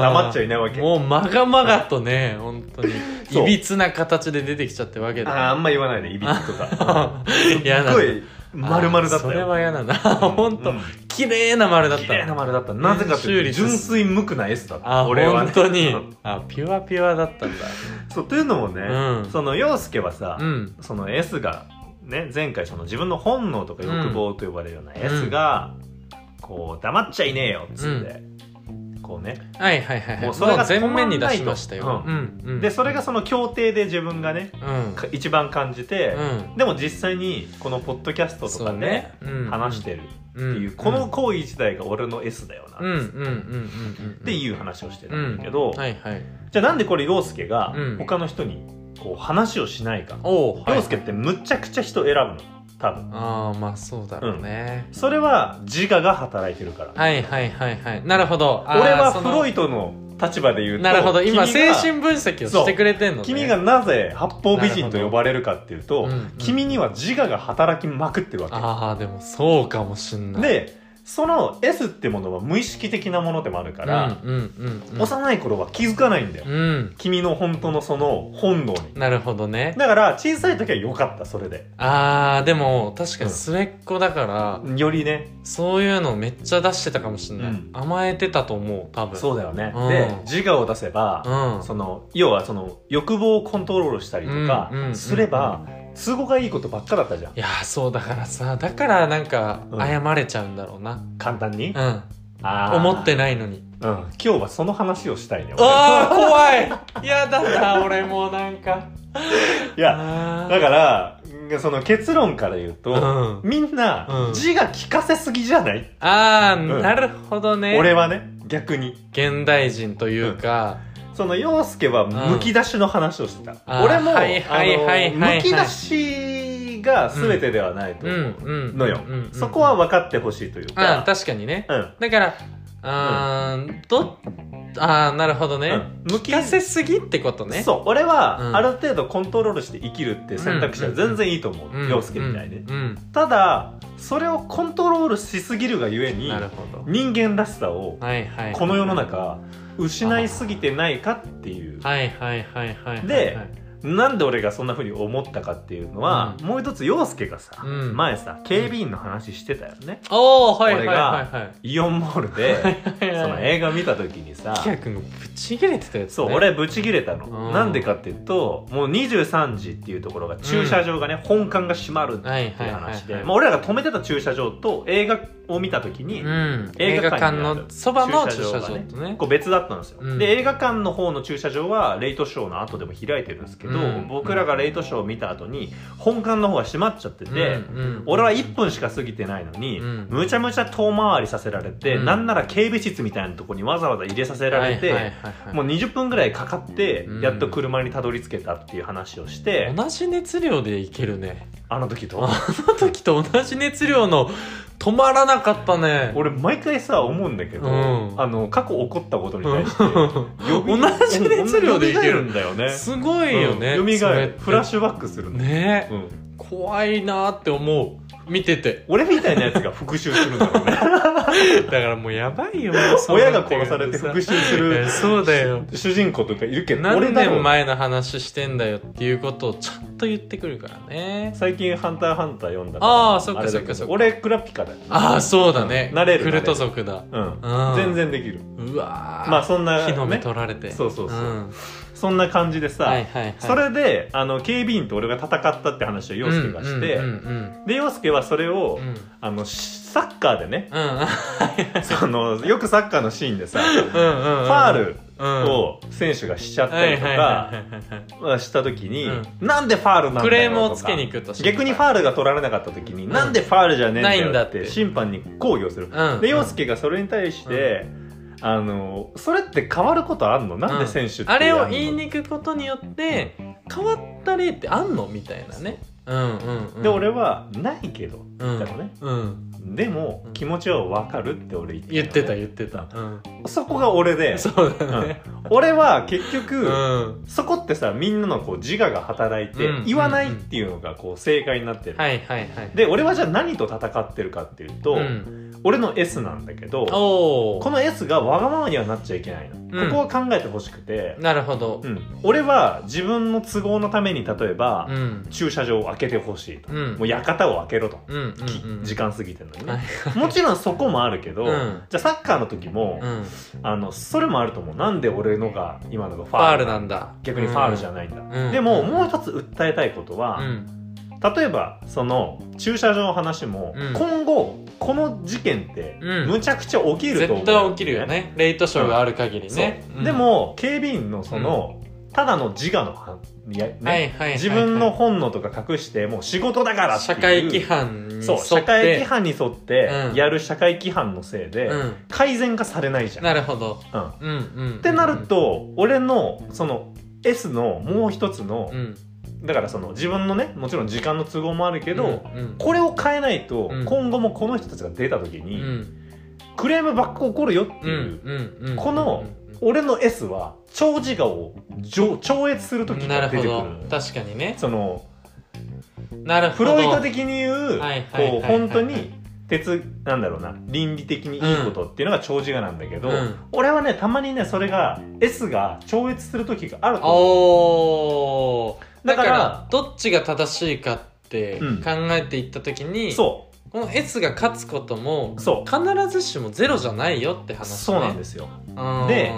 Speaker 2: 黙っちゃいないわけ
Speaker 1: もうまがまがとね本当に
Speaker 2: そう
Speaker 1: いびつな形で出てきちゃってわけ
Speaker 2: あーあ
Speaker 1: だ
Speaker 2: んま言わないでいびきとか
Speaker 1: 嫌
Speaker 2: す
Speaker 1: な
Speaker 2: っごい丸々だったよ
Speaker 1: それは嫌だな
Speaker 2: うん
Speaker 1: 本当
Speaker 2: うん
Speaker 1: 綺麗な丸だった
Speaker 2: 綺麗な丸だったなぜかっていう
Speaker 1: 練習
Speaker 2: と
Speaker 1: 率
Speaker 2: 純粋無垢な S だった
Speaker 1: あ
Speaker 2: 俺は、ね、
Speaker 1: 本当にあピュアピュアだったんだ
Speaker 2: そうというのもね、
Speaker 1: うん
Speaker 2: その陽介はさ、
Speaker 1: うん
Speaker 2: その S がね前回その自分の本能とか欲望と呼ばれるような S が、こう黙っちゃいねえよっつって、こうね
Speaker 1: はいはいはいはい
Speaker 2: もうそれが
Speaker 1: もう全面に出しました
Speaker 2: 止ま
Speaker 1: よ
Speaker 2: ん
Speaker 1: う
Speaker 2: なん
Speaker 1: うん
Speaker 2: でそれがその協定で自分がね
Speaker 1: うん
Speaker 2: か一番感じて
Speaker 1: う、ん
Speaker 2: でも実際にこのポッドキャストとかで、話してる
Speaker 1: て
Speaker 2: っていう、この行為自体が俺の S だよな、
Speaker 1: うんうんうんうんうん
Speaker 2: って
Speaker 1: う
Speaker 2: いう話をしてた
Speaker 1: ん
Speaker 2: んだけど、
Speaker 1: はいはい
Speaker 2: じゃあなんでこれ陽介が
Speaker 1: うん
Speaker 2: 他の人にこう話をしないか、
Speaker 1: おお
Speaker 2: 陽介ってむちゃくちゃ人選ぶの多分
Speaker 1: ああまあそうだろうね
Speaker 2: それは自我が働いてるから、
Speaker 1: はいはいはいはいなるほどあー
Speaker 2: 俺は
Speaker 1: そ
Speaker 2: フ
Speaker 1: の
Speaker 2: ロイトの立場で言うと
Speaker 1: なるほど今
Speaker 2: 君
Speaker 1: 精
Speaker 2: が
Speaker 1: 神分析をしてくれてんのね
Speaker 2: 君がなぜ八方美人と呼ばれるかっていう
Speaker 1: な
Speaker 2: と、
Speaker 1: るほどうんうん
Speaker 2: 君には自我が働きまくってるわ
Speaker 1: ああでもそうかもしん
Speaker 2: け
Speaker 1: ない
Speaker 2: でその S ってものは無意識的なものでもあるから、
Speaker 1: うんうんうんうん
Speaker 2: 幼い頃は気づかないんだよ、
Speaker 1: うん
Speaker 2: 君の本当のその本能に
Speaker 1: なるほどね
Speaker 2: だから小さい時は良かったそれで
Speaker 1: あーでも確かに
Speaker 2: うん
Speaker 1: 末っ子だから、
Speaker 2: よりね
Speaker 1: そういうのめっちゃ出してたかもしんない、
Speaker 2: うん
Speaker 1: 甘えてたと思う多分
Speaker 2: そうだよね、
Speaker 1: うん
Speaker 2: で自我を出せば、
Speaker 1: うん
Speaker 2: その要はその欲望をコントロールしたりとか
Speaker 1: うんうんうん
Speaker 2: すれば、都合がいいことばっかだったじゃん
Speaker 1: いやーそうだからさだからなんか
Speaker 2: うん
Speaker 1: 謝れちゃうんだろうな
Speaker 2: 簡単
Speaker 1: う
Speaker 2: に、
Speaker 1: ん、
Speaker 2: あー
Speaker 1: 思ってないのに
Speaker 2: うん、今日はその話をしたいね
Speaker 1: あー怖いやだな俺もうなんか
Speaker 2: いや
Speaker 1: あ
Speaker 2: だからその結論から言う
Speaker 1: ー
Speaker 2: と、
Speaker 1: うん
Speaker 2: みん
Speaker 1: うん
Speaker 2: な字が聞かせすぎじゃない、
Speaker 1: あー、
Speaker 2: うん
Speaker 1: なるほどね
Speaker 2: 俺はね逆に
Speaker 1: 現代人というか、
Speaker 2: その陽介はむき出しの話をしてた、
Speaker 1: あー
Speaker 2: 俺も
Speaker 1: はいはいはいはいはい
Speaker 2: むき出しが全てではないと
Speaker 1: う
Speaker 2: 思
Speaker 1: ん
Speaker 2: う、
Speaker 1: うん
Speaker 2: のよ
Speaker 1: うんうんうん
Speaker 2: そこは分かってほしいという
Speaker 1: あー
Speaker 2: か、
Speaker 1: 確かにね
Speaker 2: うん
Speaker 1: だから、あーど、あーなるほどね。
Speaker 2: うん向
Speaker 1: 聞
Speaker 2: き
Speaker 1: かせすぎってことね。
Speaker 2: そう俺
Speaker 1: うん
Speaker 2: はある程度コントロールして生きるっていう選択肢は全然いいと思う、
Speaker 1: うん
Speaker 2: 陽介みたいで、
Speaker 1: うん。
Speaker 2: ただそれをコントロールしすぎるがゆえに
Speaker 1: なるほど。
Speaker 2: 人間らしさを
Speaker 1: はいはい。
Speaker 2: この世の。中失いすぎてないかっていう
Speaker 1: はいはいはいはいはい。
Speaker 2: でなんで俺がそんな風に思ったかっていうのは、
Speaker 1: う
Speaker 2: もう一つ陽介がさ、
Speaker 1: うん
Speaker 2: 前さ警備員の話してたよね、
Speaker 1: おー、はいはい
Speaker 2: 俺
Speaker 1: は
Speaker 2: が
Speaker 1: いは
Speaker 2: イオンモー ルで
Speaker 1: い。
Speaker 2: その
Speaker 1: え、
Speaker 2: 映画見た時 にさ
Speaker 1: キヤ君がぶち切れてたやつ、ね。
Speaker 2: そう、俺ブチギレたの、
Speaker 1: うん
Speaker 2: なんでかっていうともう23時っていうところが駐車場がね、本館が閉まるって
Speaker 1: はいはいいうはい、はい
Speaker 2: 話で、まあ、俺らが止めてた駐車場と映画を見た時に、
Speaker 1: うん、映
Speaker 2: 映
Speaker 1: 画
Speaker 2: 画
Speaker 1: 館
Speaker 2: 館にある
Speaker 1: のそばの駐車場とね
Speaker 2: 駐こう別だったんですよ、
Speaker 1: うん
Speaker 2: で映画館の方の駐車場はレイトショーの後でも開いてるんですけど、
Speaker 1: うん
Speaker 2: 僕らがレイトショーを見た後に本館の方が閉まっちゃってて、
Speaker 1: うんうん
Speaker 2: 俺は1分しか過ぎてないのに、
Speaker 1: うん
Speaker 2: むちゃむちゃ遠回りさせられて、
Speaker 1: うん
Speaker 2: なんなら警備室みたいなとこにわざわざ入れさせられて、
Speaker 1: はいはいはいはい
Speaker 2: もう20分ぐらいかかって
Speaker 1: うん
Speaker 2: やっと車にたどり着けたっていう話をして、
Speaker 1: 同じ熱量でいけるね
Speaker 2: あの時と
Speaker 1: あの時と同じ熱量の止まらなかったね
Speaker 2: 俺毎回さ思うんだけど、
Speaker 1: うん
Speaker 2: あの過去起こったことに対して、
Speaker 1: 同じ熱量でいけ
Speaker 2: る
Speaker 1: る
Speaker 2: んだよね
Speaker 1: すごいよね、
Speaker 2: よみが
Speaker 1: それ
Speaker 2: え
Speaker 1: っ
Speaker 2: る
Speaker 1: て
Speaker 2: フラッシュバックするの、
Speaker 1: ね、
Speaker 2: うん、
Speaker 1: 怖いなって思う見てて
Speaker 2: 俺みたいなやつが復讐するんだろうね
Speaker 1: だからもうやば いよ
Speaker 2: 親が殺されて復讐す
Speaker 1: る
Speaker 2: る
Speaker 1: そうだよ
Speaker 2: 主人公とかいるけど俺
Speaker 1: 何
Speaker 2: だろ
Speaker 1: 年前の話してんだよっていうことをちゃんと言ってくるからね
Speaker 2: 最近「ハンターハンター」読んだ
Speaker 1: ああそっか
Speaker 2: れだけ
Speaker 1: そっ
Speaker 2: ど
Speaker 1: かそっか
Speaker 2: 俺クラピカだよ、
Speaker 1: ああそうだね
Speaker 2: 慣れる
Speaker 1: クルト族だ
Speaker 2: うん
Speaker 1: うん
Speaker 2: 全然できる
Speaker 1: うわー
Speaker 2: まあそんな、
Speaker 1: 火の目
Speaker 2: ね、
Speaker 1: 取られて、
Speaker 2: そうそうそうんそんな感じでさ、
Speaker 1: はいはいはい
Speaker 2: それであの警備員と俺が戦ったって話を陽介がして、
Speaker 1: うんうん
Speaker 2: で陽介はそれを、
Speaker 1: うんうん
Speaker 2: あのしサッカー でね
Speaker 1: うんうん
Speaker 2: そのよくサッカーのシーンでさ
Speaker 1: うんうんうん
Speaker 2: ファール
Speaker 1: うん
Speaker 2: を選手がしちゃった
Speaker 1: はい
Speaker 2: り
Speaker 1: はい
Speaker 2: と
Speaker 1: はい
Speaker 2: か
Speaker 1: はいはい
Speaker 2: まあした時に、
Speaker 1: うん
Speaker 2: なんでファールなんだよとか
Speaker 1: クレームをつけに行くと
Speaker 2: 逆にファールが取られなかった時に、なんでファールじゃねえんだ
Speaker 1: ない
Speaker 2: よ
Speaker 1: んだっ
Speaker 2: ってて審判に抗議をする、
Speaker 1: うん
Speaker 2: で陽介がそれに対して、あのそれって変わることあんのなんで選手って
Speaker 1: あれ
Speaker 2: やんの
Speaker 1: を言いに行くことによって変わった例ってあんのみたいなねうんうん、うん、
Speaker 2: で俺はないけど、
Speaker 1: うん
Speaker 2: だろうね
Speaker 1: うん
Speaker 2: でも
Speaker 1: うん
Speaker 2: 気持ちは分かるって俺言って
Speaker 1: 言ってた
Speaker 2: よ
Speaker 1: 言ってた、うん、
Speaker 2: そこが俺 で、
Speaker 1: そう
Speaker 2: う
Speaker 1: だ
Speaker 2: ん
Speaker 1: ね
Speaker 2: 俺は結局、
Speaker 1: うん
Speaker 2: そこってさみんなのこう自我が働いて
Speaker 1: うん
Speaker 2: 言わないっていうのがこう正解になってる、
Speaker 1: はいはいはい
Speaker 2: で俺はじゃあ何と戦ってるかっていうと、
Speaker 1: うん、
Speaker 2: 俺の S なんだけど
Speaker 1: お
Speaker 2: こ
Speaker 1: お
Speaker 2: の S がわがままにはなっちゃいけない
Speaker 1: う
Speaker 2: の、
Speaker 1: ん
Speaker 2: ここは考えてほしくて、
Speaker 1: なるほど
Speaker 2: う、ん、俺は自分の都合のために例えば、
Speaker 1: うん
Speaker 2: 駐車場を開けてほしいと、
Speaker 1: うん
Speaker 2: もう館を開けろと、
Speaker 1: うんうん
Speaker 2: き
Speaker 1: うん、
Speaker 2: 時間過ぎてるのに
Speaker 1: はい
Speaker 2: ね、もちろんそこもあるけど、
Speaker 1: うん
Speaker 2: じゃあサッカーの時も、
Speaker 1: うん、フ
Speaker 2: あのそれもあると思うなんで俺のが今のがファ
Speaker 1: ァ
Speaker 2: ー
Speaker 1: ー
Speaker 2: ル
Speaker 1: ルなんだ
Speaker 2: 逆にファールじゃ
Speaker 1: ん、
Speaker 2: ないんだ、
Speaker 1: うん
Speaker 2: でももう一つ訴えたいことは、
Speaker 1: うん、
Speaker 2: 例えばその駐車場の話も、
Speaker 1: うん
Speaker 2: 今後この事件って
Speaker 1: うん
Speaker 2: むちゃくちゃ起きると思う、
Speaker 1: 絶対起きるよねレイトショーがある限り
Speaker 2: そう
Speaker 1: ね、うん
Speaker 2: で、も警備員のその、ただの自我のは、いやね
Speaker 1: はいはいはいはい
Speaker 2: 自分の本能とか隠してもう仕事だからって
Speaker 1: 社
Speaker 2: いう
Speaker 1: 会規範に沿って
Speaker 2: そう社会規範に沿って
Speaker 1: うん
Speaker 2: やる社会規範のせいで、改善がされない
Speaker 1: う
Speaker 2: じゃ
Speaker 1: ん、
Speaker 2: ん。
Speaker 1: なるほど、
Speaker 2: うんっ
Speaker 1: うんうん、って
Speaker 2: なる、と俺のその S のもう一つの、
Speaker 1: うん、
Speaker 2: だからその自分のねもちろん時間の都合もあるけど、
Speaker 1: うん
Speaker 2: これを変えないと、
Speaker 1: うん
Speaker 2: 今後もこの人たちが出た時
Speaker 1: う
Speaker 2: に、
Speaker 1: ん
Speaker 2: クレームばっか起こるよって
Speaker 1: う
Speaker 2: いう、
Speaker 1: んうんうん、
Speaker 2: この俺の S は超自我を上超越する時
Speaker 1: な
Speaker 2: が
Speaker 1: る
Speaker 2: 出て
Speaker 1: ほ
Speaker 2: くる
Speaker 1: ど確かにね
Speaker 2: その
Speaker 1: なるほ
Speaker 2: フ
Speaker 1: ど
Speaker 2: ロイト的に言う、
Speaker 1: はいはいはいはい
Speaker 2: こう本当に哲なんだろうな倫理的にいいことっていうのが超自我なんだけど、
Speaker 1: うん
Speaker 2: 俺はねたまにねそれが S が超越する時があると思う
Speaker 1: おーだ
Speaker 2: だ
Speaker 1: か
Speaker 2: からら
Speaker 1: どっちが正しいかって
Speaker 2: うん
Speaker 1: 考えていった時に、
Speaker 2: そ
Speaker 1: この S が勝つことも
Speaker 2: うそう、
Speaker 1: 必ずしもゼロじゃないよって話、ね、
Speaker 2: そうなんですすよ
Speaker 1: で
Speaker 2: で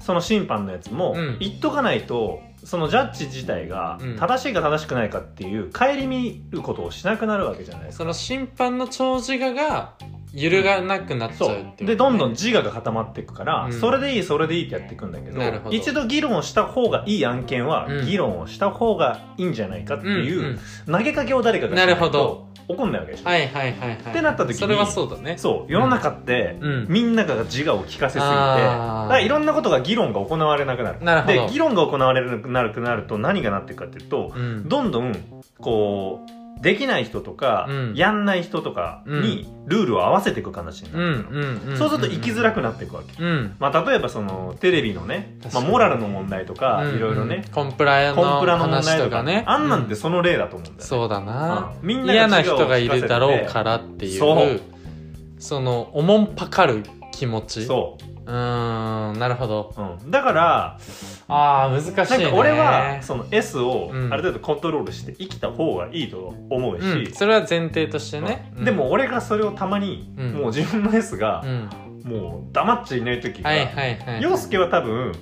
Speaker 2: その審判のやつも、
Speaker 1: うん
Speaker 2: 言っとかないとそのジャッジ自体が
Speaker 1: うん
Speaker 2: 正しいか正しくないかっていう顧みることをしなくなるわけじゃないですか。
Speaker 1: その審判の長自我が揺るがなくなっちゃ
Speaker 2: そう
Speaker 1: っていうことね、
Speaker 2: でどんどん自我が固まっていくから、
Speaker 1: うん
Speaker 2: それでいいそれでいいってやっていくんだけど
Speaker 1: なるほど
Speaker 2: 一度議論した方がいい案件は、
Speaker 1: うん
Speaker 2: 議論をした方がいいんじゃないかっていう、
Speaker 1: んん
Speaker 2: 投げかけを誰かがしな
Speaker 1: ないるほ
Speaker 2: と
Speaker 1: ど
Speaker 2: 怒んないわけでしょ、
Speaker 1: はいはいはいはい
Speaker 2: ってなった時に
Speaker 1: それはそうだね
Speaker 2: そう世の中って、
Speaker 1: うん
Speaker 2: みんなが自我を聞かせすぎてだ
Speaker 1: あー
Speaker 2: からいろんなことが議論が行われなくなる
Speaker 1: なるほど
Speaker 2: で議論が行われなくなると何がなっていくかっていうと
Speaker 1: うん
Speaker 2: どんどんこうできない人とか、
Speaker 1: うん
Speaker 2: やんない人とかにルールを合わせていく形にな
Speaker 1: う
Speaker 2: る
Speaker 1: ん
Speaker 2: の、
Speaker 1: うんうん
Speaker 2: そうすると生きづらくなっていくわけ、
Speaker 1: うん
Speaker 2: まあ、例えばそのテレビのね、
Speaker 1: 確か
Speaker 2: まあ、
Speaker 1: に
Speaker 2: モラルの問題とか、
Speaker 1: うん
Speaker 2: いろいろね
Speaker 1: コンプライアの
Speaker 2: コンプラの問
Speaker 1: 話
Speaker 2: 題
Speaker 1: と
Speaker 2: とか
Speaker 1: かね
Speaker 2: あんなんてその例だと思うんだよね、
Speaker 1: そうだな、
Speaker 2: うんみんな
Speaker 1: 嫌な
Speaker 2: が自我を
Speaker 1: 人がいるだろ
Speaker 2: 聞
Speaker 1: う
Speaker 2: かせて
Speaker 1: からっていう
Speaker 2: そ
Speaker 1: そうのおもんぱかる気持ちう
Speaker 2: そう
Speaker 1: ーんなるほど
Speaker 2: うん、だから
Speaker 1: あー難し
Speaker 2: ないん
Speaker 1: ね
Speaker 2: か俺はその S を
Speaker 1: うん
Speaker 2: ある程度コントロールして生きた方がいいと思うし、
Speaker 1: うん、それは前提としてね、
Speaker 2: うんでも俺がそれをたまに、
Speaker 1: うん
Speaker 2: もう自分の S
Speaker 1: う
Speaker 2: が
Speaker 1: ん、
Speaker 2: もう黙っちゃいない時が、
Speaker 1: はいはいはい
Speaker 2: 陽介は多分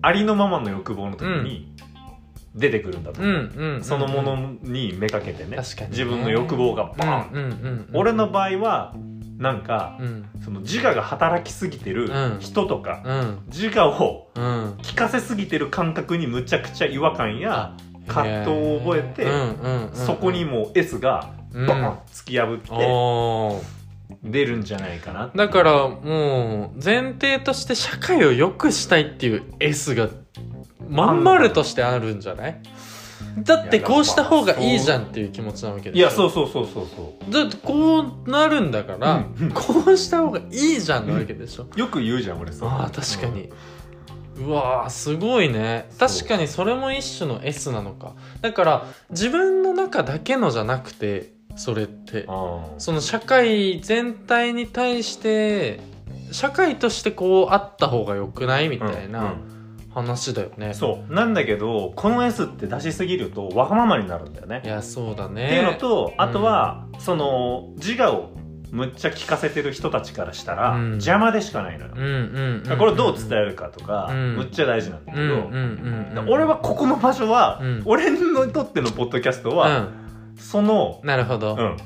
Speaker 2: ありのままの欲望の時に出てくるんだと
Speaker 1: う
Speaker 2: 思
Speaker 1: ん
Speaker 2: う、
Speaker 1: うんうん
Speaker 2: そのものにめかけてね
Speaker 1: 確かにね
Speaker 2: 自分の欲望がバーン、
Speaker 1: うんうんうんうん
Speaker 2: 俺の場合はなんか
Speaker 1: うん
Speaker 2: その自我が働きすぎてる
Speaker 1: うん
Speaker 2: 人とか、
Speaker 1: うん
Speaker 2: 自我を
Speaker 1: うん
Speaker 2: 聞かせすぎてる感覚にむちゃくちゃ違和感や葛藤を覚えて、
Speaker 1: うんうんうん、
Speaker 2: そこにもう S が
Speaker 1: うん
Speaker 2: バン突き破っ
Speaker 1: おー
Speaker 2: て出るんじゃないかなって
Speaker 1: だからもう前提として社会を良くしたいっていう S がまん丸としてあるんじゃないだってこうした方がいいじゃんっていう気持ちなわけで
Speaker 2: いやそううそうそうそうそう
Speaker 1: だってこうなるんだから、
Speaker 2: うん
Speaker 1: こうした方がいいじゃんなわけでしょ、
Speaker 2: よく言うじゃん俺そう
Speaker 1: ああ確かに、うわーすごいね
Speaker 2: そう
Speaker 1: 確かにそれも一種の S なのかだから自分の中だけのじゃなくてそれって
Speaker 2: ああ
Speaker 1: その社会全体に対して社会としてこうあった方が良くないみたいな
Speaker 2: うん
Speaker 1: 話だよね、
Speaker 2: そうなんだけどこの S って出しすぎるとわがままになるんだよね
Speaker 1: いやそうだね
Speaker 2: っていうのとあとは、その自我をむっちゃ聞かせてる人たちからしたら、
Speaker 1: うん
Speaker 2: 邪魔でしかないのよ、
Speaker 1: うんうんうんうん
Speaker 2: これをどう伝えるかとか、
Speaker 1: うん
Speaker 2: むっちゃ大事なんだけ
Speaker 1: う
Speaker 2: ど、
Speaker 1: んうんうんうん
Speaker 2: 俺はここの場所は、
Speaker 1: うん
Speaker 2: 俺にとってのポッドキャスト
Speaker 1: う
Speaker 2: は、
Speaker 1: ん
Speaker 2: その、
Speaker 1: なるほど、
Speaker 2: うん、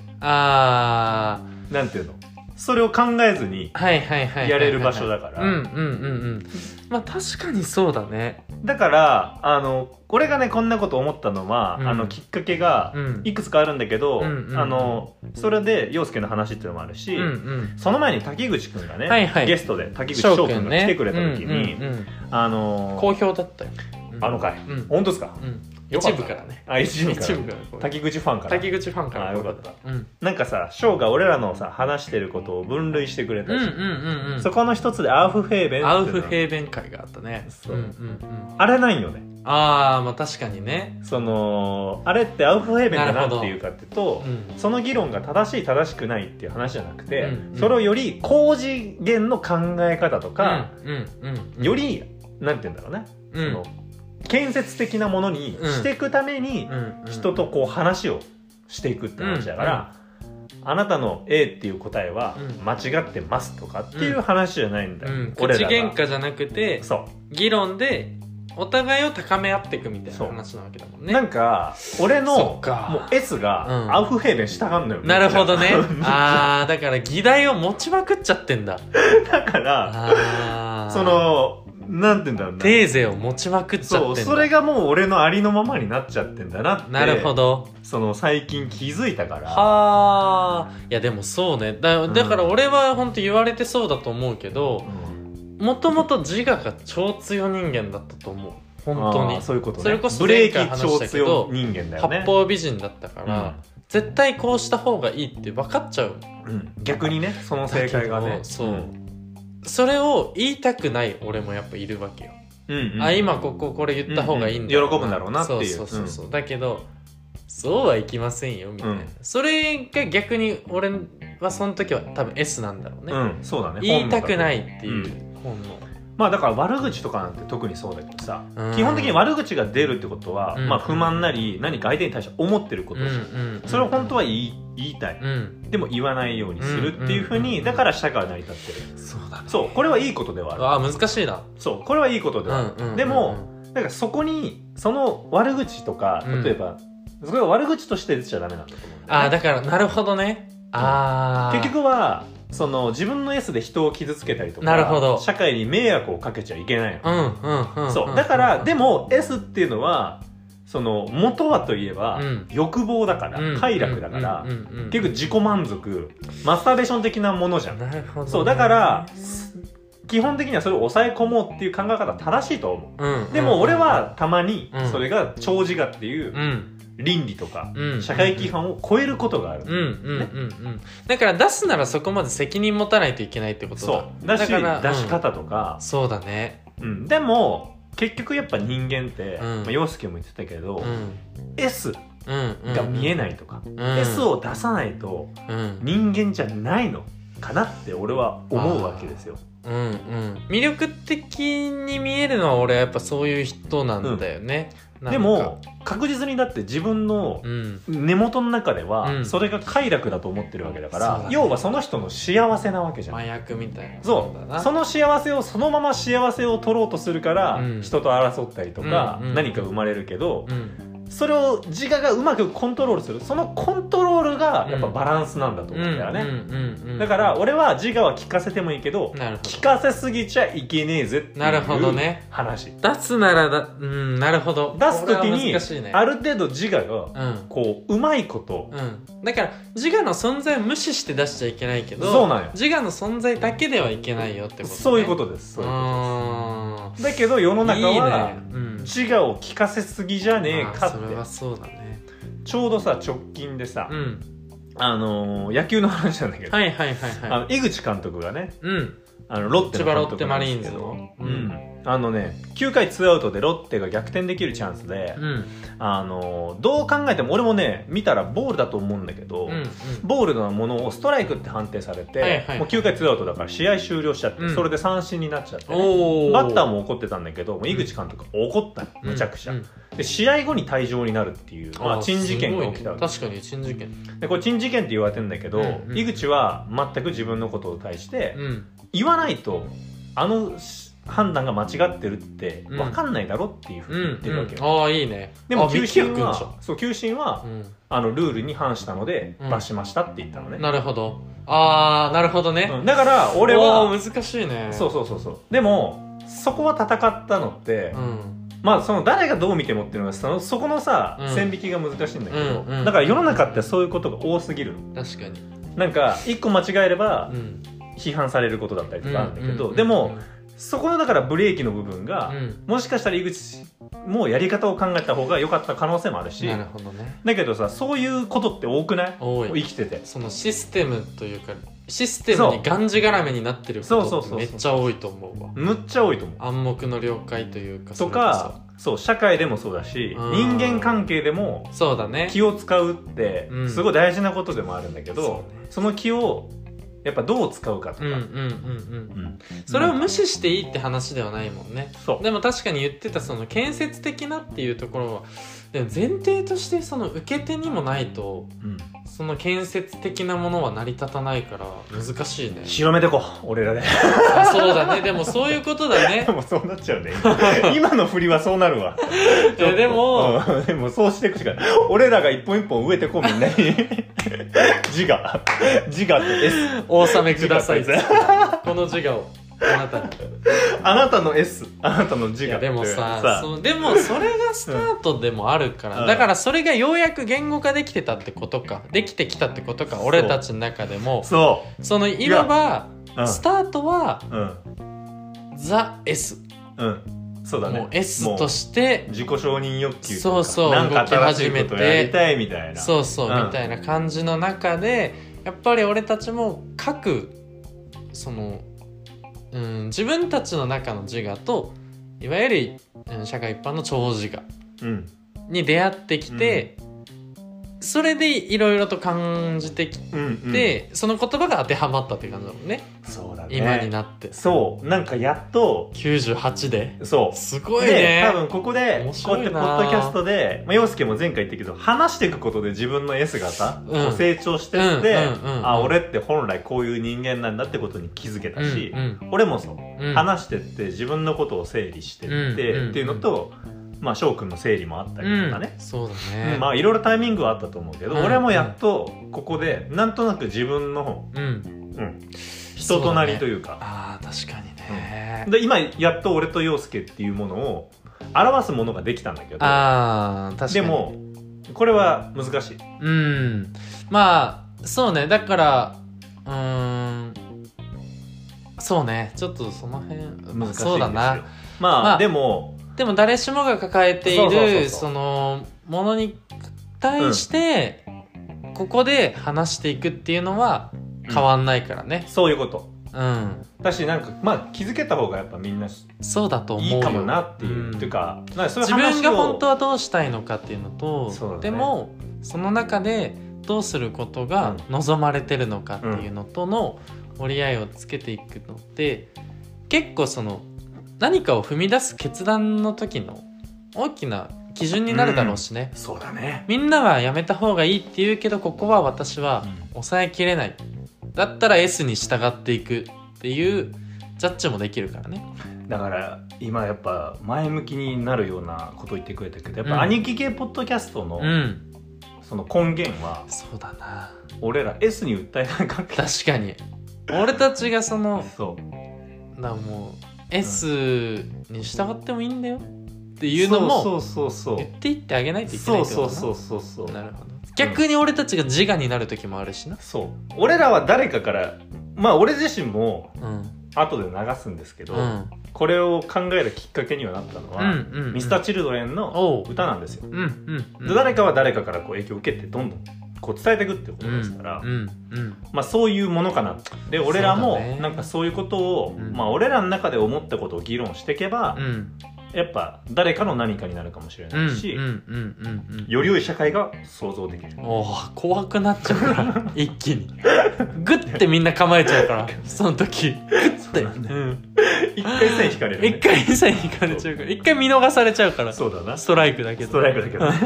Speaker 1: あ
Speaker 2: なんていうのそれを考えずに
Speaker 1: あはいはいはいはいはい
Speaker 2: やれる場所だか
Speaker 1: うんうん
Speaker 2: ら
Speaker 1: うんうんまあ確かにそうだね
Speaker 2: だからあの俺がねこんなこと思ったのは、
Speaker 1: うん
Speaker 2: あのきっかけが
Speaker 1: うん
Speaker 2: いくつかあるんだけど、
Speaker 1: うんうん
Speaker 2: あのそれで陽介の話っていうのもあるし、
Speaker 1: うんうん
Speaker 2: その前に滝口くんがね、
Speaker 1: はいはい
Speaker 2: ゲストで滝口翔くんが来てくれた時に、
Speaker 1: うんうんうん
Speaker 2: あのー
Speaker 1: 好評だったよ、うん
Speaker 2: あの回、
Speaker 1: うん
Speaker 2: 本当ですか
Speaker 1: うん
Speaker 2: よかっ
Speaker 1: 一
Speaker 2: た
Speaker 1: 部からね
Speaker 2: あ一部か
Speaker 1: 一
Speaker 2: ら
Speaker 1: 部からごめん
Speaker 2: 滝口ファンから
Speaker 1: 滝口ファンから
Speaker 2: あよかった
Speaker 1: うん
Speaker 2: なんかさ翔が俺らのさ話してることを分類してくれた
Speaker 1: う
Speaker 2: じ
Speaker 1: ん
Speaker 2: ゃ
Speaker 1: うんんうんうん
Speaker 2: そこの一つでアウフヘーベンっていうの
Speaker 1: アウフヘーベン会があったね
Speaker 2: そう
Speaker 1: うんうん
Speaker 2: あれないよ
Speaker 1: う
Speaker 2: ね
Speaker 1: んああまあ確かにね
Speaker 2: そのあれってアウフヘーベンが
Speaker 1: なる
Speaker 2: な
Speaker 1: ほど
Speaker 2: んていうかっていうと
Speaker 1: うん
Speaker 2: その議論が正しい正しくないっていう話じゃなくて、
Speaker 1: うんうん
Speaker 2: それをより高次元の考え方とか、
Speaker 1: うんうん
Speaker 2: よりなんて言うんだろうね、
Speaker 1: う
Speaker 2: そ
Speaker 1: ん
Speaker 2: の建設的なものにしていくために
Speaker 1: うんうん
Speaker 2: 人とこう話をしていくって話だから、あなたの A っていう答えは
Speaker 1: うん
Speaker 2: 間違ってますとかっていう話じゃないんだ
Speaker 1: う
Speaker 2: よ、
Speaker 1: ん口
Speaker 2: 俺らが
Speaker 1: 喧嘩じゃなくて
Speaker 2: そう
Speaker 1: 議論でお互いを高め合っていくみたいな
Speaker 2: そう
Speaker 1: 話なわけだもんね
Speaker 2: なんか俺
Speaker 1: そ
Speaker 2: の
Speaker 1: っか
Speaker 2: もう S
Speaker 1: うん
Speaker 2: がアウフヘーベンしたがんのよ、
Speaker 1: なるほ どね
Speaker 2: だ
Speaker 1: ああだから議題を持ちまくっちゃってんだ
Speaker 2: から
Speaker 1: あー
Speaker 2: そのなんて言うんだろうな
Speaker 1: テーゼを持ちまくっちゃって
Speaker 2: そ
Speaker 1: ん
Speaker 2: う
Speaker 1: だ
Speaker 2: それがもう俺のありのままになっちゃってんだなって
Speaker 1: なるほど
Speaker 2: その最近気づいたから
Speaker 1: はあいやでもそうねだ
Speaker 2: うん
Speaker 1: だから俺は本当言われてそうだと思うけど
Speaker 2: うん
Speaker 1: もともと自我が超強人間だったと思う本当
Speaker 2: あー
Speaker 1: に
Speaker 2: そういうことね
Speaker 1: それこそ
Speaker 2: ブレ
Speaker 1: 前
Speaker 2: ー
Speaker 1: 回
Speaker 2: キ
Speaker 1: 話し
Speaker 2: 超
Speaker 1: たけど
Speaker 2: 強人間だよね
Speaker 1: 八方美人だったから、絶対こうした方がいいって分かっちゃう
Speaker 2: うんうん逆にねその正解が
Speaker 1: だけ
Speaker 2: ね
Speaker 1: どそう
Speaker 2: うん
Speaker 1: それを言いたくない俺もやっぱいるわけよ、
Speaker 2: うんうん
Speaker 1: あ今こここれ言った方がいいんだろうな、
Speaker 2: うんうん喜ぶんだろうなっていう
Speaker 1: そうそうそうそう、だけどそうはいきませんよみたいな、
Speaker 2: うん
Speaker 1: それが逆に俺はその時は多分 S なんだろうね、
Speaker 2: うんそうだね
Speaker 1: 言いたくないいっていう本能、
Speaker 2: まあだから悪口とかなんて特にそうだけどさ
Speaker 1: うん
Speaker 2: 基本的に悪口が出るってことは
Speaker 1: うん
Speaker 2: まあ不満なり何か相手に対して思ってること
Speaker 1: うん
Speaker 2: じゃん
Speaker 1: うん
Speaker 2: それを本当は言い言いたい
Speaker 1: うん
Speaker 2: でも言わないようにするっていうふう
Speaker 1: う
Speaker 2: に
Speaker 1: ん
Speaker 2: だから社会は成り立ってる
Speaker 1: そうだね
Speaker 2: そうこれはいいことではある
Speaker 1: あー難しいな
Speaker 2: そうこれはいいことではある、
Speaker 1: うんうん
Speaker 2: でもなんかそこにその悪口とか
Speaker 1: うん
Speaker 2: 例えば、それは悪口として出ちゃダメなんだと思うんだよ
Speaker 1: あ
Speaker 2: ね、
Speaker 1: ーだからなるほどねああ
Speaker 2: 結局はその自分の S で人を傷つけたりとか
Speaker 1: なるほど
Speaker 2: 社会に迷惑をかけちゃいけないの、
Speaker 1: うんうんうんん
Speaker 2: そうだから、で
Speaker 1: も
Speaker 2: も S っていうのはその元はといえば、
Speaker 1: うん
Speaker 2: 欲望だから、快楽だから、結局自己満足マスターベーション的なものじゃん
Speaker 1: なるほどね
Speaker 2: そうだから基本的にはそれを抑え込もうっていう考え方は正しいと思
Speaker 1: うん
Speaker 2: うでも俺はたまに
Speaker 1: うん
Speaker 2: それが長自我っていううん倫理とか
Speaker 1: うん
Speaker 2: 社会規範を超えることがあ
Speaker 1: うんうん
Speaker 2: る
Speaker 1: うんうんだから出すならそこまで責任持たないといけないってことだ
Speaker 2: そうだし
Speaker 1: だから
Speaker 2: 出し方とか
Speaker 1: そうだね
Speaker 2: うんでも結局やっぱ人間って
Speaker 1: うん
Speaker 2: まあ陽介も言ってたけ
Speaker 1: う
Speaker 2: ど
Speaker 1: ん
Speaker 2: S
Speaker 1: うんうん
Speaker 2: が見え
Speaker 1: ない
Speaker 2: ないとか S
Speaker 1: S
Speaker 2: を出さないと
Speaker 1: うん
Speaker 2: 人間じゃないのかなって俺は思うわけですよ
Speaker 1: うんうん魅力的に見えるのは俺はやっぱそういう人なんだよねなんか
Speaker 2: でも確実にだって自分の
Speaker 1: うん
Speaker 2: 根元の中で
Speaker 1: う
Speaker 2: は
Speaker 1: ん
Speaker 2: それが快楽だと思ってるわけだか
Speaker 1: そう
Speaker 2: ら、
Speaker 1: だね
Speaker 2: 要はその人の幸せなわけじゃん、
Speaker 1: 麻薬みたいな
Speaker 2: そ
Speaker 1: もんだ
Speaker 2: う
Speaker 1: な
Speaker 2: その幸せをそのまま幸せを取ろうとするから、
Speaker 1: うん
Speaker 2: 人と争ったりとか、
Speaker 1: うんうん
Speaker 2: 何か生まれるけど、
Speaker 1: うん
Speaker 2: それを自我がうまくコントロールするそのコントロールがやっぱバランスなんだと
Speaker 1: うんう
Speaker 2: 思うん
Speaker 1: ん
Speaker 2: だよね、
Speaker 1: うんうん
Speaker 2: だから俺は自我は聞かせてもいいけど
Speaker 1: なるほど
Speaker 2: 聞かせすぎちゃいけねえぜっていう
Speaker 1: なるほどね
Speaker 2: 話
Speaker 1: 出すならだうんなるほど
Speaker 2: 出す
Speaker 1: こ
Speaker 2: 時
Speaker 1: れは
Speaker 2: に
Speaker 1: 難しいね
Speaker 2: ある程度自我が
Speaker 1: うん
Speaker 2: こううまいこと
Speaker 1: うん、だから自我の存在を無視して出しちゃいけないけど
Speaker 2: そうなんよ
Speaker 1: 自我の存在だけではいけないよってこと、ね、
Speaker 2: そういうこととですそうういうこと
Speaker 1: あ
Speaker 2: だけど世の
Speaker 1: ー
Speaker 2: 中
Speaker 1: いい
Speaker 2: は
Speaker 1: ね、うん、
Speaker 2: 自我を聞かせすぎじゃねえか
Speaker 1: あー
Speaker 2: って
Speaker 1: それはそうだね
Speaker 2: ちょうどさ直近でさ、
Speaker 1: うん
Speaker 2: あのー野球の話なんだけど、
Speaker 1: はいはいはい
Speaker 2: あ
Speaker 1: はい
Speaker 2: の井口監督がね
Speaker 1: うん
Speaker 2: あのロッテ
Speaker 1: 千
Speaker 2: の
Speaker 1: 葉
Speaker 2: 監
Speaker 1: ロッテ
Speaker 2: 督
Speaker 1: マ
Speaker 2: なん
Speaker 1: リ
Speaker 2: で
Speaker 1: ーン
Speaker 2: すけ
Speaker 1: ズ
Speaker 2: ど、
Speaker 1: の
Speaker 2: うんあのね9回ツーアウトでロッテが逆転できるチャンスで、
Speaker 1: うんうん
Speaker 2: あのーどう考えても俺もね見たらボールだと思うんだけど、
Speaker 1: うん
Speaker 2: ボールのものをストライクって判定されて、
Speaker 1: はいはい
Speaker 2: もう9回ツーアウトだから試合終了しちゃって、
Speaker 1: うん
Speaker 2: それで三振になっちゃってね、
Speaker 1: お
Speaker 2: バッター
Speaker 1: も
Speaker 2: も怒ってたんだけどもう井口監督が怒ったむちゃくちゃ、
Speaker 1: うん
Speaker 2: で試合後に退場になるっていう、まあ、
Speaker 1: ー
Speaker 2: 珍事件が起きたわ
Speaker 1: す
Speaker 2: け
Speaker 1: ごいね確かに珍事件
Speaker 2: でこれ珍事件って言われてんだけど、
Speaker 1: うんうん
Speaker 2: 井口は全く自分のことを対して、
Speaker 1: うん
Speaker 2: 言わないとあのし判断が間違ってるって
Speaker 1: うん
Speaker 2: 分かんないだろっていうふう
Speaker 1: う
Speaker 2: に
Speaker 1: ん
Speaker 2: 言ってるわけよ、
Speaker 1: うんああいいね
Speaker 2: で
Speaker 1: あ
Speaker 2: も
Speaker 1: びっ
Speaker 2: 球
Speaker 1: くり
Speaker 2: 審
Speaker 1: くんじゃ
Speaker 2: はそう球審は、
Speaker 1: ん
Speaker 2: あのルールに反したので
Speaker 1: うん
Speaker 2: 罰しましたって言ったの
Speaker 1: う
Speaker 2: ね
Speaker 1: ん、なるほどああなるほどね、
Speaker 2: うんだから俺
Speaker 1: お
Speaker 2: は
Speaker 1: ー難しいね
Speaker 2: そうそうそうそうでもそこは戦ったのって、
Speaker 1: うん
Speaker 2: まあその誰がどう見てもっていうのがそのそこのさ、
Speaker 1: うん
Speaker 2: 線引きが難しいんだけど、
Speaker 1: うんうん
Speaker 2: だから世の中ってそういうことが多すぎるの
Speaker 1: 確かに
Speaker 2: なんか一個間違えれば
Speaker 1: うん
Speaker 2: 批判されることだったりとかあるんだけど、
Speaker 1: う
Speaker 2: でもそこのだからブレーキの部分が、
Speaker 1: うん
Speaker 2: もしかしたら井口もやり方を考えた方が良かった可能性もあるし
Speaker 1: なるほどね
Speaker 2: だけどさそういうことって多くない
Speaker 1: 多
Speaker 2: 生
Speaker 1: い
Speaker 2: きてて
Speaker 1: そのシステムというかシステムにがんじがらめになってるこ
Speaker 2: そ
Speaker 1: と
Speaker 2: う
Speaker 1: っ
Speaker 2: そうそう
Speaker 1: て
Speaker 2: そう
Speaker 1: めっちゃ多いと思うわ
Speaker 2: むっちゃ多いと思う
Speaker 1: 暗黙の了解というか
Speaker 2: とかそう社会でもそうだし
Speaker 1: うん
Speaker 2: 人間関係でも
Speaker 1: それこそそうだね
Speaker 2: 気を使うって
Speaker 1: うん
Speaker 2: すごい大事なことでもあるんだけど、
Speaker 1: そうね
Speaker 2: その気をやっぱどう使うか
Speaker 1: う
Speaker 2: とか、
Speaker 1: んうんうんうん
Speaker 2: うん
Speaker 1: それを無視していいって話ではないもんね
Speaker 2: そう
Speaker 1: でも確かに言ってたその建設的なっていうところはでも前提としてその受け手にもないと
Speaker 2: うん
Speaker 1: その建設的なものは成り立たないから難しいね
Speaker 2: 広めてこう俺らで
Speaker 1: あそうだねでもそういうことだね
Speaker 2: でもそうなっちゃうね 今の振りはそうなるわ
Speaker 1: いやでも、
Speaker 2: うんでもそうしていくしかない俺らが一本一本植えてこうみんなに 自我自我って S
Speaker 1: お納めください
Speaker 2: 自我って
Speaker 1: この自我をあなたに
Speaker 2: あなたの S あなたの自
Speaker 1: い
Speaker 2: 我
Speaker 1: や
Speaker 2: って
Speaker 1: でもさ
Speaker 2: う
Speaker 1: そうでもそれがスタートでもあるから、
Speaker 2: うん
Speaker 1: だからそれがようやく言語化できてたってことかできてきたってことか
Speaker 2: そう
Speaker 1: 俺たちの中でも
Speaker 2: そ
Speaker 1: そのいわば
Speaker 2: ううん
Speaker 1: スタートは
Speaker 2: うん
Speaker 1: ザ・ S
Speaker 2: うんそうだね
Speaker 1: もう S として
Speaker 2: 自己承認欲求と
Speaker 1: そうそ
Speaker 2: か
Speaker 1: う
Speaker 2: なんか新しいこと
Speaker 1: 動き始めて
Speaker 2: やりたいみたいな
Speaker 1: そうそう
Speaker 2: うん
Speaker 1: みたいな感じの中でやっぱり俺たちも各その、うん、自分たちの中の自我といわゆる、うん、社会一般の超自我
Speaker 2: うん
Speaker 1: に出会ってきて、それでいろいろと感じてき
Speaker 2: うんうん
Speaker 1: て、その言葉が当てはまったって感じだもんね
Speaker 2: そうだね
Speaker 1: 今になって
Speaker 2: そうなんかやっと
Speaker 1: 98で
Speaker 2: そう
Speaker 1: すごい
Speaker 2: で
Speaker 1: ね
Speaker 2: 多分ここ
Speaker 1: 面
Speaker 2: でこうや
Speaker 1: 白
Speaker 2: っ
Speaker 1: い
Speaker 2: て
Speaker 1: な
Speaker 2: ポッドキャストで、まあ、陽介も前回言ったけど話していくことで自分の S がさ、
Speaker 1: うん
Speaker 2: こう成長してって、
Speaker 1: うんうんうんうん
Speaker 2: あ俺って本来こういう人間なんだってことに気づけたし、
Speaker 1: うん
Speaker 2: 俺もそう、
Speaker 1: うんうん
Speaker 2: 話してって自分のことを整理してって、
Speaker 1: うんうん
Speaker 2: っていうのと、まあ翔くんの整理もあったりとかね、
Speaker 1: うんそうだね、
Speaker 2: まあいろいろタイミングはあったと思うけど、
Speaker 1: うん
Speaker 2: 俺もやっとここでなんとなく自分の、
Speaker 1: うん
Speaker 2: うん、人となりというか
Speaker 1: あー確かにね、
Speaker 2: で今やっと俺と陽介っていうものを表すものができたんだけど
Speaker 1: あー確かに
Speaker 2: でもこれは難しい、
Speaker 1: うんまあそうねだからうーんそうねちょっとその辺ま
Speaker 2: 難しいん
Speaker 1: あ
Speaker 2: ですよ
Speaker 1: そうだな
Speaker 2: まあ、
Speaker 1: まあ
Speaker 2: でも
Speaker 1: でも誰しもが抱えてい
Speaker 2: そうそうそうそう
Speaker 1: るそのものに対して、ここで話していくっていうのは変わんないからね
Speaker 2: そういうこと
Speaker 1: うん、
Speaker 2: だしなんかまあ気づけた方がやっぱみんな
Speaker 1: そうだと思う
Speaker 2: い
Speaker 1: よ
Speaker 2: いかもなっていう、
Speaker 1: うん
Speaker 2: っていうかなんかそういう
Speaker 1: 自
Speaker 2: 話を
Speaker 1: 分が本当はどうしたいのかっていうのと
Speaker 2: そうだね
Speaker 1: でもその中でどうすることが望まれてるのかっていうのとの折り合いをつけていくのって結構その何かを踏み出す決断の時の大きな基準になるだろうしね、
Speaker 2: そうだね、
Speaker 1: みんなはやめた方がいいって言うけどここは私は抑えきれないだったら S に従っていくっていうジャッジもできるからね
Speaker 2: だから今やっぱ前向きになるようなこと言ってくれたけどやっ
Speaker 1: うん
Speaker 2: ぱ兄貴系ポッドキャストの、
Speaker 1: うん
Speaker 2: その根源は
Speaker 1: そうだな
Speaker 2: 俺ら S に訴えなかった
Speaker 1: 確かに俺たちが その
Speaker 2: そう
Speaker 1: だからもう S に従ってもいいんだよっていうの
Speaker 2: そ
Speaker 1: も
Speaker 2: うそうそう
Speaker 1: 言っていってあげないといけな
Speaker 2: そ
Speaker 1: いうってこと
Speaker 2: そう
Speaker 1: だな
Speaker 2: そうそうそう
Speaker 1: なるほど逆に俺たちが自我になる時もあるしな
Speaker 2: そう俺らは誰かからまあ俺自身も
Speaker 1: うん
Speaker 2: 後で流すんですけど、
Speaker 1: うん
Speaker 2: これを考えるきっかけにはなったの
Speaker 1: う
Speaker 2: は、
Speaker 1: んうん
Speaker 2: ミスターチルドレンの
Speaker 1: おう
Speaker 2: 歌なんですよ、
Speaker 1: うんうんうん
Speaker 2: で誰かは誰かからこう影響を受けてどんどんこう伝えていくってことですから、
Speaker 1: うんうん
Speaker 2: まあ、そういうものかなで俺らも
Speaker 1: そうだね
Speaker 2: なんかそういうことを、
Speaker 1: うん
Speaker 2: まあ、俺らの中で思ったことを議論していけば
Speaker 1: う、ん
Speaker 2: やっぱ誰かの何かになるかもしれ
Speaker 1: うんう
Speaker 2: なんいし、
Speaker 1: うんうんうんうん
Speaker 2: より良い社会が想像できる
Speaker 1: おー怖くなっちゃうから 一気にグッてみんな構えちゃうからその時グッて
Speaker 2: そうなん
Speaker 1: う
Speaker 2: だ
Speaker 1: ん
Speaker 2: 一回線引かれる、ね、
Speaker 1: 一回さ引かれちゃうから一回見逃されちゃうから
Speaker 2: そうだな
Speaker 1: ス
Speaker 2: ス
Speaker 1: トライクだけど
Speaker 2: トライクだけ どね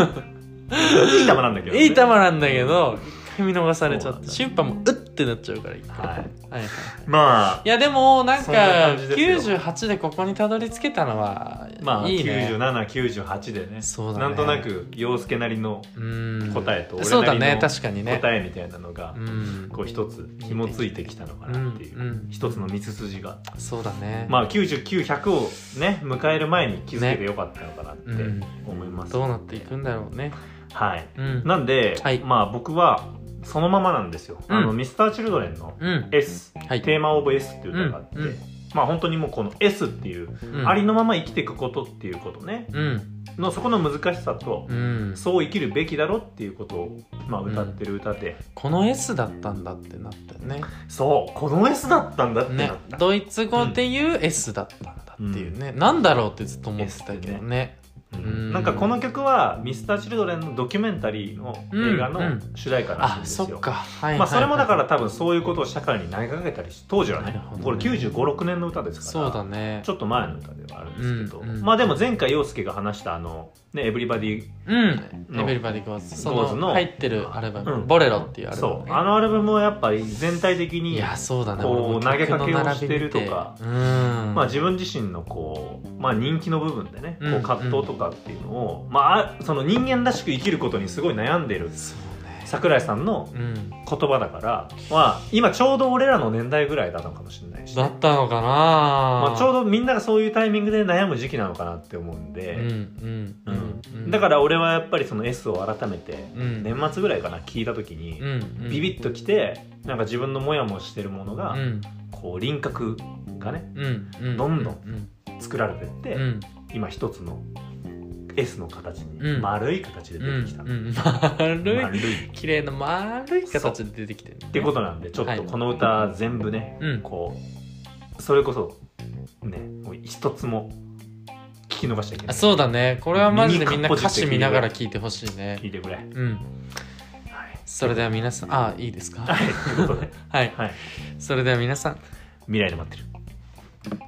Speaker 2: いい球なんだけど、ね、
Speaker 1: いい球なんだけど一回見逃されちゃ
Speaker 2: そうな
Speaker 1: っ
Speaker 2: ん
Speaker 1: て
Speaker 2: だ
Speaker 1: 審判もうってなっちゃうから一回、
Speaker 2: は
Speaker 1: はい
Speaker 2: い
Speaker 1: はい、い
Speaker 2: まあ
Speaker 1: やでもなん
Speaker 2: そ
Speaker 1: か
Speaker 2: んな感じですよ
Speaker 1: 98でここにたどり着けたのは
Speaker 2: まあ
Speaker 1: いいね、
Speaker 2: 9798でね
Speaker 1: そうだね
Speaker 2: なんとなく陽介なりの
Speaker 1: うん
Speaker 2: 答えと俺なりの
Speaker 1: そうだね確かにね
Speaker 2: 答えみたいなのが、
Speaker 1: うん
Speaker 2: こう一つ紐ついてきたのかなってい
Speaker 1: う
Speaker 2: う、
Speaker 1: んうん
Speaker 2: 一つの道筋が、
Speaker 1: そうだね
Speaker 2: まあ99100をね迎える前に気づけてよかったのかなって
Speaker 1: うん
Speaker 2: 思います、
Speaker 1: どうなっていくんだろうね
Speaker 2: はい
Speaker 1: うん
Speaker 2: なんで、
Speaker 1: はい
Speaker 2: まあ僕はそのままなんですよ、
Speaker 1: うん
Speaker 2: あのミスターチルドレンの
Speaker 1: うん
Speaker 2: S、
Speaker 1: はい
Speaker 2: テーマオブ S っていう歌があって、
Speaker 1: うんうん
Speaker 2: まあ本当にもうこの S っていう、
Speaker 1: うん
Speaker 2: ありのまま生きていくことっていうことね
Speaker 1: うん
Speaker 2: のそこの難しさと、
Speaker 1: うん
Speaker 2: そう生きるべきだろっていうことを、まあ、歌ってる歌で、
Speaker 1: この S だったんだってなったよね
Speaker 2: そうこの S だったんだって
Speaker 1: ね
Speaker 2: なった、
Speaker 1: ドイツ語で言う S だったんだっていうね、なんだろうってずっと思ってたけどね
Speaker 2: うん
Speaker 1: うん
Speaker 2: なんかこの曲は Mr.Children のドキュメンタリーの映画の
Speaker 1: うんうん
Speaker 2: 主題歌なん
Speaker 1: あ
Speaker 2: です
Speaker 1: そ
Speaker 2: よ、
Speaker 1: っかはいはい、はい
Speaker 2: まあ、それもだから多分そういうことを社会に投げかけたりし当時はね
Speaker 1: なるほどね
Speaker 2: これ9 5 6年の歌ですから
Speaker 1: そうだね
Speaker 2: ちょっと前の歌ではあるんですけど、
Speaker 1: うんうん
Speaker 2: まあでも前回陽介が話したあの「ね、エブリバディ
Speaker 1: うん「
Speaker 2: の
Speaker 1: エベリバディ・ゴーズ」そ
Speaker 2: Goes
Speaker 1: の
Speaker 2: の
Speaker 1: 入ってるアルバム「
Speaker 2: うん
Speaker 1: ボレロ」っていうアルバム
Speaker 2: そ
Speaker 1: ね、
Speaker 2: うあのアルバムはやっぱり全体的
Speaker 1: い
Speaker 2: に
Speaker 1: やそうだね
Speaker 2: こ
Speaker 1: 俺
Speaker 2: う
Speaker 1: も曲
Speaker 2: 投げかけをしてるとか
Speaker 1: の並び見てうん
Speaker 2: まあ、自分自身のこう、まあ、人気の部分でねこ
Speaker 1: う
Speaker 2: うん葛藤とかっていうのを、まあ、その人間らしく生きることにすごい悩んでる
Speaker 1: そうね
Speaker 2: 桜井さんの
Speaker 1: うん
Speaker 2: 言葉だから、まあ、今ちょうど俺らの年代ぐらいだったのかもしれないし、
Speaker 1: だったのかな、
Speaker 2: まあ、ちょう
Speaker 1: ど
Speaker 2: どみんながそういうタイミングで悩む時期なのかなって思うんで。
Speaker 1: うんうんうん
Speaker 2: だから俺はやっぱりその S を改めて
Speaker 1: うん
Speaker 2: 年末ぐらいかな聞いた時に
Speaker 1: うん
Speaker 2: ビビッときてなんか自分のモヤモヤしてるもの
Speaker 1: う
Speaker 2: が
Speaker 1: ん
Speaker 2: こう輪郭がね
Speaker 1: うんうん
Speaker 2: どんどん
Speaker 1: うん
Speaker 2: 作られてって
Speaker 1: うん
Speaker 2: 今一つの S の形
Speaker 1: う
Speaker 2: に
Speaker 1: ん
Speaker 2: 丸い形で
Speaker 1: うん
Speaker 2: 出てきた、
Speaker 1: うん 丸
Speaker 2: 丸
Speaker 1: い
Speaker 2: いっ
Speaker 1: 綺麗な丸い形で出てきてる
Speaker 2: てことなんでちょっとこの歌全部ね、
Speaker 1: うん
Speaker 2: こうそれこそねもう一つも聞き逃しちゃいけな
Speaker 1: あ
Speaker 2: い
Speaker 1: そうだねこれはマジでみんな
Speaker 2: 耳か
Speaker 1: 歌
Speaker 2: っぽじ
Speaker 1: 詞
Speaker 2: って
Speaker 1: 見ながら聞いてほしいね
Speaker 2: 聞いて くれ、はい、
Speaker 1: うんそれでは皆さんあいいですか
Speaker 2: はいということで、
Speaker 1: はい
Speaker 2: はい、
Speaker 1: それでは皆さん
Speaker 2: 未来で待ってる